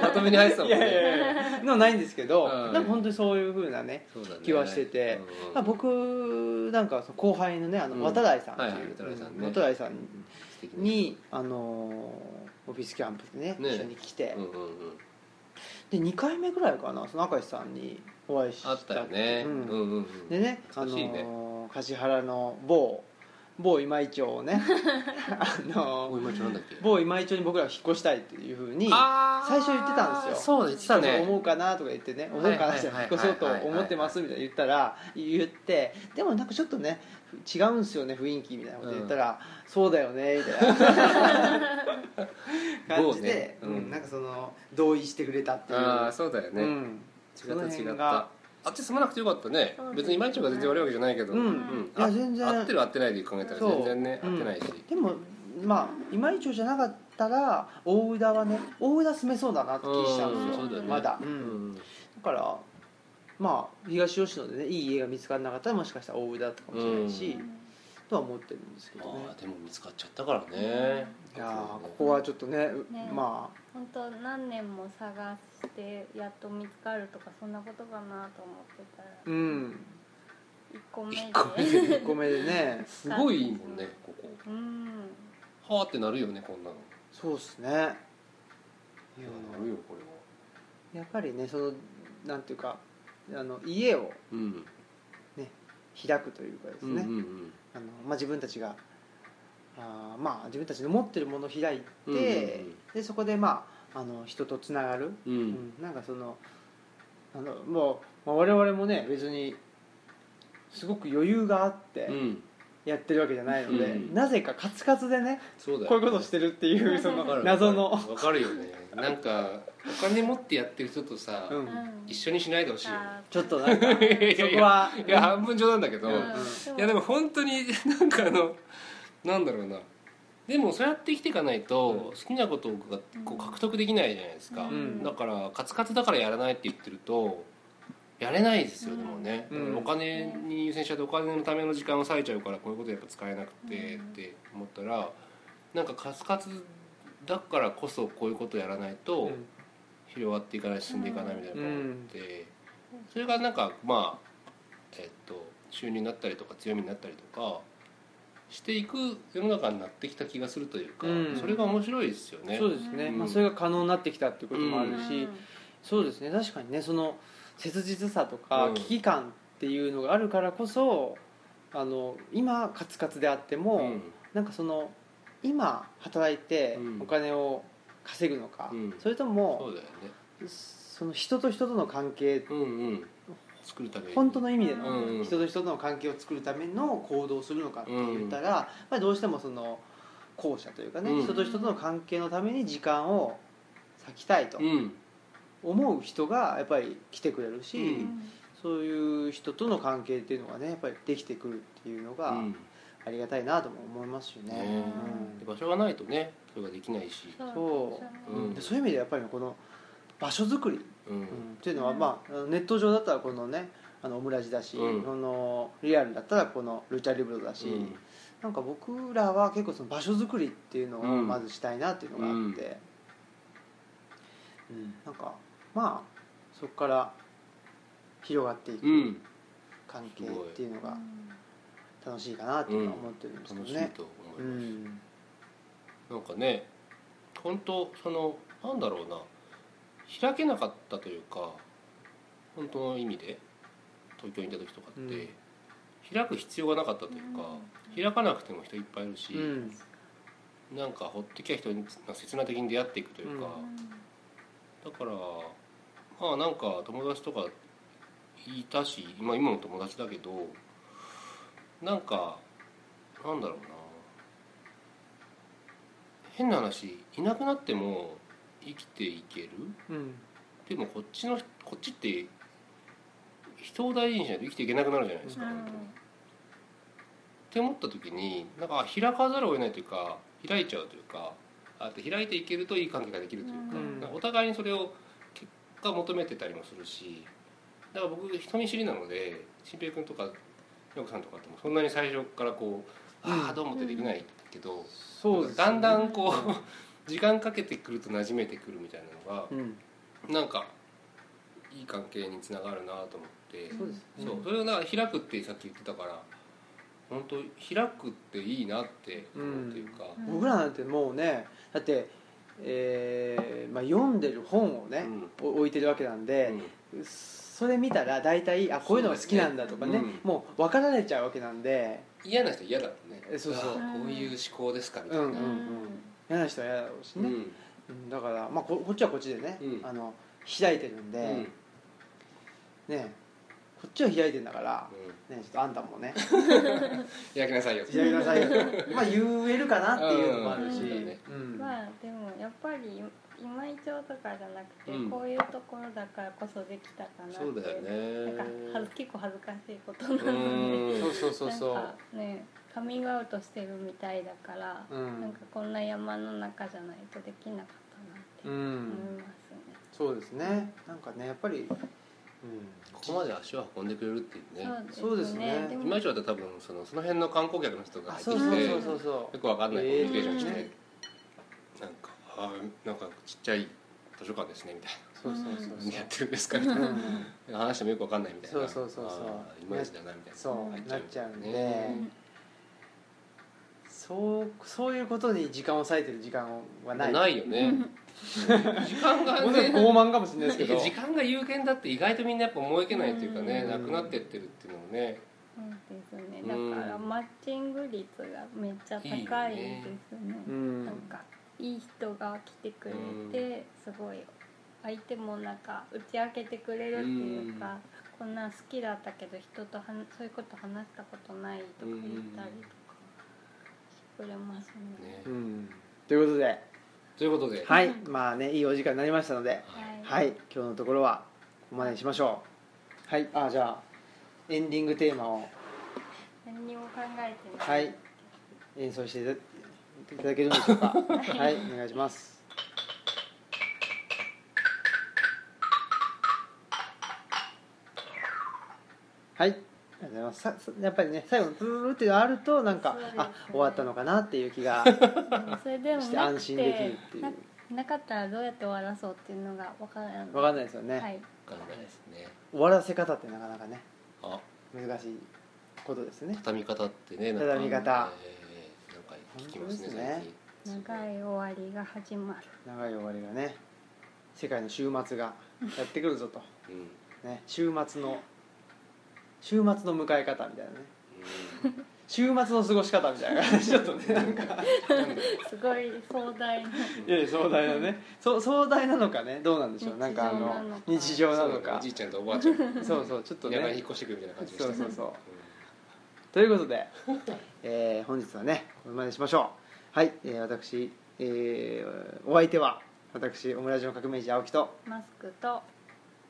Speaker 3: まとめに入ってたもん
Speaker 1: い
Speaker 3: ね
Speaker 1: やいやいやのはないんですけど、
Speaker 3: うん
Speaker 1: なんか本当にそういうふうなね
Speaker 3: そうだね
Speaker 1: 気はしてて
Speaker 3: うんうん
Speaker 1: まあ、僕なんかはその後輩のねあ
Speaker 3: うん
Speaker 1: の渡来さんって
Speaker 3: はい
Speaker 1: い
Speaker 3: はいう渡来さん
Speaker 1: う
Speaker 3: ね
Speaker 1: ん渡来さん
Speaker 3: 素敵ね
Speaker 1: にあのーオフィスキャンプでね
Speaker 3: ね
Speaker 1: 一緒に来て
Speaker 3: うんうんうん
Speaker 1: で2回目ぐらいかなその明石さんにお会いした
Speaker 3: あったよね
Speaker 1: うん
Speaker 3: うんうんうん
Speaker 1: でねあ
Speaker 3: 懐
Speaker 1: の
Speaker 3: かしい
Speaker 1: ー橿
Speaker 3: ね
Speaker 1: 原の某某今井町を ねあの
Speaker 3: お
Speaker 1: ー
Speaker 3: 今ちょなんだっけ
Speaker 1: 某今井町に僕らが引っ越したいっていうふうに最
Speaker 3: 最
Speaker 1: 初言ってたんですよ
Speaker 3: そうだ言ってたね
Speaker 1: 思うかなとか言ってね
Speaker 3: い
Speaker 1: 思うかなじゃ
Speaker 3: はい
Speaker 1: 引っ越そうと
Speaker 3: はいはいはい
Speaker 1: 思ってますみたいな言ったら言ってでもなんかちょっとね違うんすよね雰囲気みたいなこと言ったら、そうだよねみたいな 感じで、
Speaker 3: 某
Speaker 1: う
Speaker 3: ねうん
Speaker 1: んなんかその同意してくれたっていう
Speaker 3: ああそうだよね、
Speaker 1: うん、
Speaker 3: 違
Speaker 1: そ
Speaker 3: った違
Speaker 1: の
Speaker 3: っ
Speaker 1: 辺
Speaker 3: た
Speaker 1: が
Speaker 3: あっち住まなくてよかったね
Speaker 2: そうですね
Speaker 3: 別に毎日が全然悪いわけじゃないけど、
Speaker 1: うん
Speaker 2: うん
Speaker 1: いや全然
Speaker 3: 合ってる合ってないで考えたら
Speaker 1: そう
Speaker 3: 全然ね
Speaker 1: う
Speaker 3: 合
Speaker 1: ん
Speaker 3: ってないし、
Speaker 1: でもまあ今井町じゃなかったら大宇田はね大宇田住めそうだなって気したんですよ、
Speaker 2: うんそうだよね
Speaker 1: まだ、
Speaker 3: うん
Speaker 1: だからまあ東吉野でねいい家が見つからなかったらもしかしたら大宇田とかもしれないし、とは思ってるんですけどね
Speaker 3: まあでも見つかっちゃったからね
Speaker 1: いやーここはちょっとね
Speaker 2: ね
Speaker 1: まあ
Speaker 2: 本当何年も探してやっと見つかるとかそんなことかなと思ってたら
Speaker 1: うん
Speaker 2: 一個目で
Speaker 3: 一個目
Speaker 1: 1個目で ね
Speaker 3: すごいいいもんねこ
Speaker 2: うん
Speaker 3: こはーってなるよねこんなの
Speaker 1: そうっすね
Speaker 3: いやなるよこれは
Speaker 1: やっぱりねそのなんていうかあの家を
Speaker 3: うん
Speaker 1: 開くというかです
Speaker 3: う
Speaker 1: ね、
Speaker 3: んうんうん
Speaker 1: あのまあ、自分たちがあーまあ自分たちの持ってるものを開いて、
Speaker 3: うんうんうん
Speaker 1: でそこでまああの人とつながる、
Speaker 3: うん
Speaker 1: うんなんかそのなんだろうもう、まあ、我々もね別にすごく余裕があって
Speaker 3: うん
Speaker 1: やってるわけじゃないので、
Speaker 3: うん
Speaker 1: なぜかカツカツでね
Speaker 3: そうだよ
Speaker 1: こういうことしてるっていうそ
Speaker 3: わか
Speaker 1: の
Speaker 3: る
Speaker 1: 謎の
Speaker 3: わかるよねなんかお金持ってやってる人とさ、
Speaker 1: うん
Speaker 2: うん
Speaker 3: 一緒にしないでほしいよね
Speaker 2: あー
Speaker 1: ちょっとなんか そこはい
Speaker 3: や半分冗談だけど、
Speaker 1: うん
Speaker 3: いやでも本当に なんかあのなんだろうなでもそうやって生きていかないと好きなことがこう獲得できないじゃないですか、
Speaker 1: うん
Speaker 3: だからカツカツだからやらないって言ってるとやれないですよでもね、
Speaker 1: うん
Speaker 3: お金に優先しちゃってお金のための時間を割いちゃうからこういうことやっぱ使えなくてっ
Speaker 2: うん
Speaker 3: て思ったらなんかカツカツだからこそこういうことやらないと、
Speaker 1: うん
Speaker 3: 広がっていかない進んでいかないみたいなのがあって、それがなんかまあえっと収入になったりとか強みになったりとかしていく世の中になってきた気がするというか、
Speaker 1: うん
Speaker 3: それが面白いですよね。
Speaker 1: そうですね、
Speaker 3: うん
Speaker 1: まあ、それが可能になってきたっていうこともあ
Speaker 2: う
Speaker 1: る
Speaker 2: ん
Speaker 1: し、そうですね確かにねその切実さとか
Speaker 3: うん
Speaker 1: 危機感っていうのがあるからこそ、あの今カツカツであっても、
Speaker 3: うん
Speaker 1: なんかその今働いて
Speaker 3: うん
Speaker 1: お金を稼ぐのか、
Speaker 3: うん
Speaker 1: それと
Speaker 3: そ
Speaker 1: も
Speaker 3: うだよね。
Speaker 1: その人と人との関係
Speaker 3: うんうん。作るために。
Speaker 1: 本当の意味での、
Speaker 3: うんうん
Speaker 1: 人と人との関係を作るための行動をするのかって言ったら、まあ、どうしてもその後者というかね、
Speaker 3: うん
Speaker 1: 人と人との関係のために時間を割きたいと
Speaker 3: うん
Speaker 1: 思う人がやっぱり来てくれるし、
Speaker 3: うん
Speaker 1: そういう人との関係っていうのがねやっぱりできてくるっていうの
Speaker 3: う
Speaker 1: が
Speaker 3: ん。
Speaker 1: ありがたいなとも思いますよね。
Speaker 3: ね
Speaker 1: うん
Speaker 3: で場所がないとね、それができないし。
Speaker 1: そ
Speaker 2: そ
Speaker 1: う、
Speaker 2: う
Speaker 3: うん
Speaker 1: でそういう意味でやっぱりこの場所作り、
Speaker 3: う
Speaker 1: うん
Speaker 3: ん。
Speaker 1: っていうのは、まあ、ネット上だったらこのねあのオムラジだし、
Speaker 3: うん
Speaker 1: このリアルだったらこのルチャリブロだし、
Speaker 3: うん
Speaker 1: なんか僕らは結構その場所作りっていうのを
Speaker 3: うん
Speaker 1: まずしたいなっていうのがあって、うんなんかまあそこから広がっていく
Speaker 3: うん。
Speaker 1: 関係っていうのが楽しいかなっていうのは思ってるんですけ
Speaker 3: 楽
Speaker 1: ど
Speaker 3: しい
Speaker 1: ね。
Speaker 3: と思います。
Speaker 1: うん
Speaker 3: なんかね本当そのなんだろうな開けなかったというか本当の意味で東京にいた時とかって、
Speaker 1: うん
Speaker 3: 開く必要がなかったというか、開かなくても人いっぱいいるし、
Speaker 1: うん
Speaker 3: なんかほってきた人に切な的に出会っていくというか、だからまあなんか友達とかいたし、まあ、今も友達だけどなんかなんだろうな変な話いなくなっても生きていける
Speaker 1: うん
Speaker 3: でもこっちのこっちって人を大事にしないと生きていけなくなるじゃないですか、本当に。って思った時になんか開かざるを得ないというか開いちゃうというかあで開いていけるといい関係ができるというか,、
Speaker 1: うん
Speaker 3: お互いにそれを結果求めてたりもするしだから僕人見知りなので新平君とか陽子さんとかってもそんなに最初からこう「
Speaker 1: うん
Speaker 3: ああどうも」ってできないけど、
Speaker 1: そうですね
Speaker 3: だんだんこう時間かけてくると馴染めてくるみたいなのが、
Speaker 1: うん、
Speaker 3: なんかいい関係につながるなと思って。
Speaker 1: そうですね
Speaker 3: そうそれをだから開くってさっき言ってたから本当開くっていいなって思うというか、
Speaker 2: うん
Speaker 1: 僕らなんてもうねだって、えーまあ、読んでる本をね、お置いてるわけなん
Speaker 3: う
Speaker 1: で、
Speaker 3: ん
Speaker 1: それ見たら大体あこういうのが好きなんだとかね
Speaker 3: そうだよね
Speaker 1: もう分かられちゃうわけなんで
Speaker 3: 嫌な人嫌だもんね
Speaker 1: えそうそう
Speaker 3: あーこういう思考ですかみたいな、
Speaker 1: うんうん嫌な人は嫌だろうし
Speaker 3: うん
Speaker 1: ね、うんだから、まあ、ここっちはこっちでね、
Speaker 3: うん
Speaker 1: あの開いてるんで、
Speaker 3: うんうん
Speaker 1: ねこっちは開いてんだから、ね、ちょっとあんたも ね
Speaker 3: 開きなさいよ
Speaker 1: 開きなさいよとまあ言えるかなっていうのもあるし、
Speaker 2: うん
Speaker 3: うん
Speaker 1: うん
Speaker 2: まあでもやっぱり今井町とかじゃなくて、
Speaker 3: うん
Speaker 2: こういうところだからこそできたかなって
Speaker 3: そうだよ
Speaker 2: なんかはず
Speaker 3: ね
Speaker 2: 結構恥ずかしいこと
Speaker 3: う
Speaker 2: なので
Speaker 3: ん
Speaker 1: そうそうそうそう
Speaker 2: なんかねカミングアウトしてるみたいだから、
Speaker 1: うん
Speaker 2: なんかこんな山の中じゃないとできなかった
Speaker 1: う
Speaker 2: なって思い
Speaker 1: ん
Speaker 2: ますね、
Speaker 1: そうですねなんかねやっぱり、うん、
Speaker 3: ここまで足を運んでくれるっていうね
Speaker 1: そうですね
Speaker 2: でも
Speaker 3: 今以上だと多分そのその辺の観光客の人が
Speaker 1: あ
Speaker 3: 入って
Speaker 1: そう
Speaker 3: きて
Speaker 1: そう
Speaker 2: です
Speaker 1: そ
Speaker 2: ね
Speaker 1: うそうそ
Speaker 3: よくわかんないコミュニケーションして、
Speaker 2: え
Speaker 3: なんかあーなんかちっちゃい図書館ですねみたいな
Speaker 1: うそうそうそう
Speaker 3: 何
Speaker 1: そ
Speaker 3: や
Speaker 1: う
Speaker 3: ってるんですかみたいな
Speaker 1: うん
Speaker 3: 話してもよくわかんないみたいな
Speaker 1: そうそうそうそう
Speaker 3: あーいまいちだなみたいな
Speaker 1: そう
Speaker 3: 入
Speaker 1: なっちゃうんで、
Speaker 2: うん
Speaker 1: そうそういうことに時間を割いてる時間はない
Speaker 3: ないよね時間が
Speaker 1: もちろん
Speaker 3: ね
Speaker 1: 傲慢かもしれないですけど
Speaker 3: 時間が有限だって意外とみんなやっぱ思いけないというかね
Speaker 2: うん
Speaker 3: なくなってってるっていうのもね
Speaker 2: そうですね
Speaker 3: うん
Speaker 2: だからマッチング率がめっちゃ高いですね
Speaker 1: う
Speaker 2: なん
Speaker 1: ん
Speaker 2: かいい人が来てくれてすごい相手もなんか打ち明けてくれるっていうか、こんなん好きだったけど人とはそういうこと話したことないとか言ったりとかしてくれますね。
Speaker 3: ね
Speaker 1: うんということで
Speaker 3: ということで、
Speaker 1: はいまあねいいお時間になりましたので
Speaker 2: は、
Speaker 1: はいい今日のところはここまでにしましょうはいあじゃあエンディングテーマを
Speaker 2: 何にも考えてな。
Speaker 1: はいい演奏していたいただけるんでしょう かはいお願いしますはいありがとうございますささやっぱりね最後のプルルルっていうのがあるとなんか、
Speaker 2: そうですね
Speaker 1: あ終わったのかなっていう気 が
Speaker 2: それでも
Speaker 1: して
Speaker 2: な
Speaker 1: 安
Speaker 2: く
Speaker 1: 心できる
Speaker 2: て
Speaker 1: っていう
Speaker 2: ななかったらどうやって終わらそうっていうのがわからない。
Speaker 1: 分かんないですよね、
Speaker 2: はい。
Speaker 3: わかんないですね
Speaker 1: 終わらせ方ってなかなかね
Speaker 3: あ
Speaker 1: 難しいことですね
Speaker 3: 畳み方ってねなんか
Speaker 1: 畳み方
Speaker 3: えーなんか聞きますね
Speaker 1: 本当ですね
Speaker 3: 最近
Speaker 2: 長い終わりが始まる。
Speaker 1: 長い終わりがね世界の終末がやってくるぞと
Speaker 3: うん、うん
Speaker 1: ね週末の週末の迎え方みたいなね 週末の過ごし方み たいな感じちょっとねなんか
Speaker 3: なんだろ
Speaker 2: すごい壮大な。
Speaker 1: いやいや壮大なねそう壮大なのかねどうなんでしょう
Speaker 2: 日常
Speaker 1: なんかあ
Speaker 2: なの
Speaker 1: の
Speaker 2: か
Speaker 1: 日常
Speaker 3: う
Speaker 1: なの
Speaker 3: そうだねお
Speaker 1: か
Speaker 3: じいちゃんとおば あちゃんが
Speaker 1: そうそうちょっと
Speaker 3: 田舎に引
Speaker 1: ね
Speaker 3: っ越してくるみたいな感じでした
Speaker 1: そうそう
Speaker 3: ね
Speaker 1: そうということで、 えー本日はねこれまでにしましょうはい、えー私、えーお相手は私オムラジオ革命児青木と
Speaker 2: マスク と。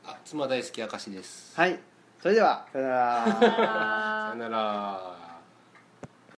Speaker 3: あ妻大好き明石です
Speaker 1: はいそれではさよなら
Speaker 2: さよなら
Speaker 3: さよなら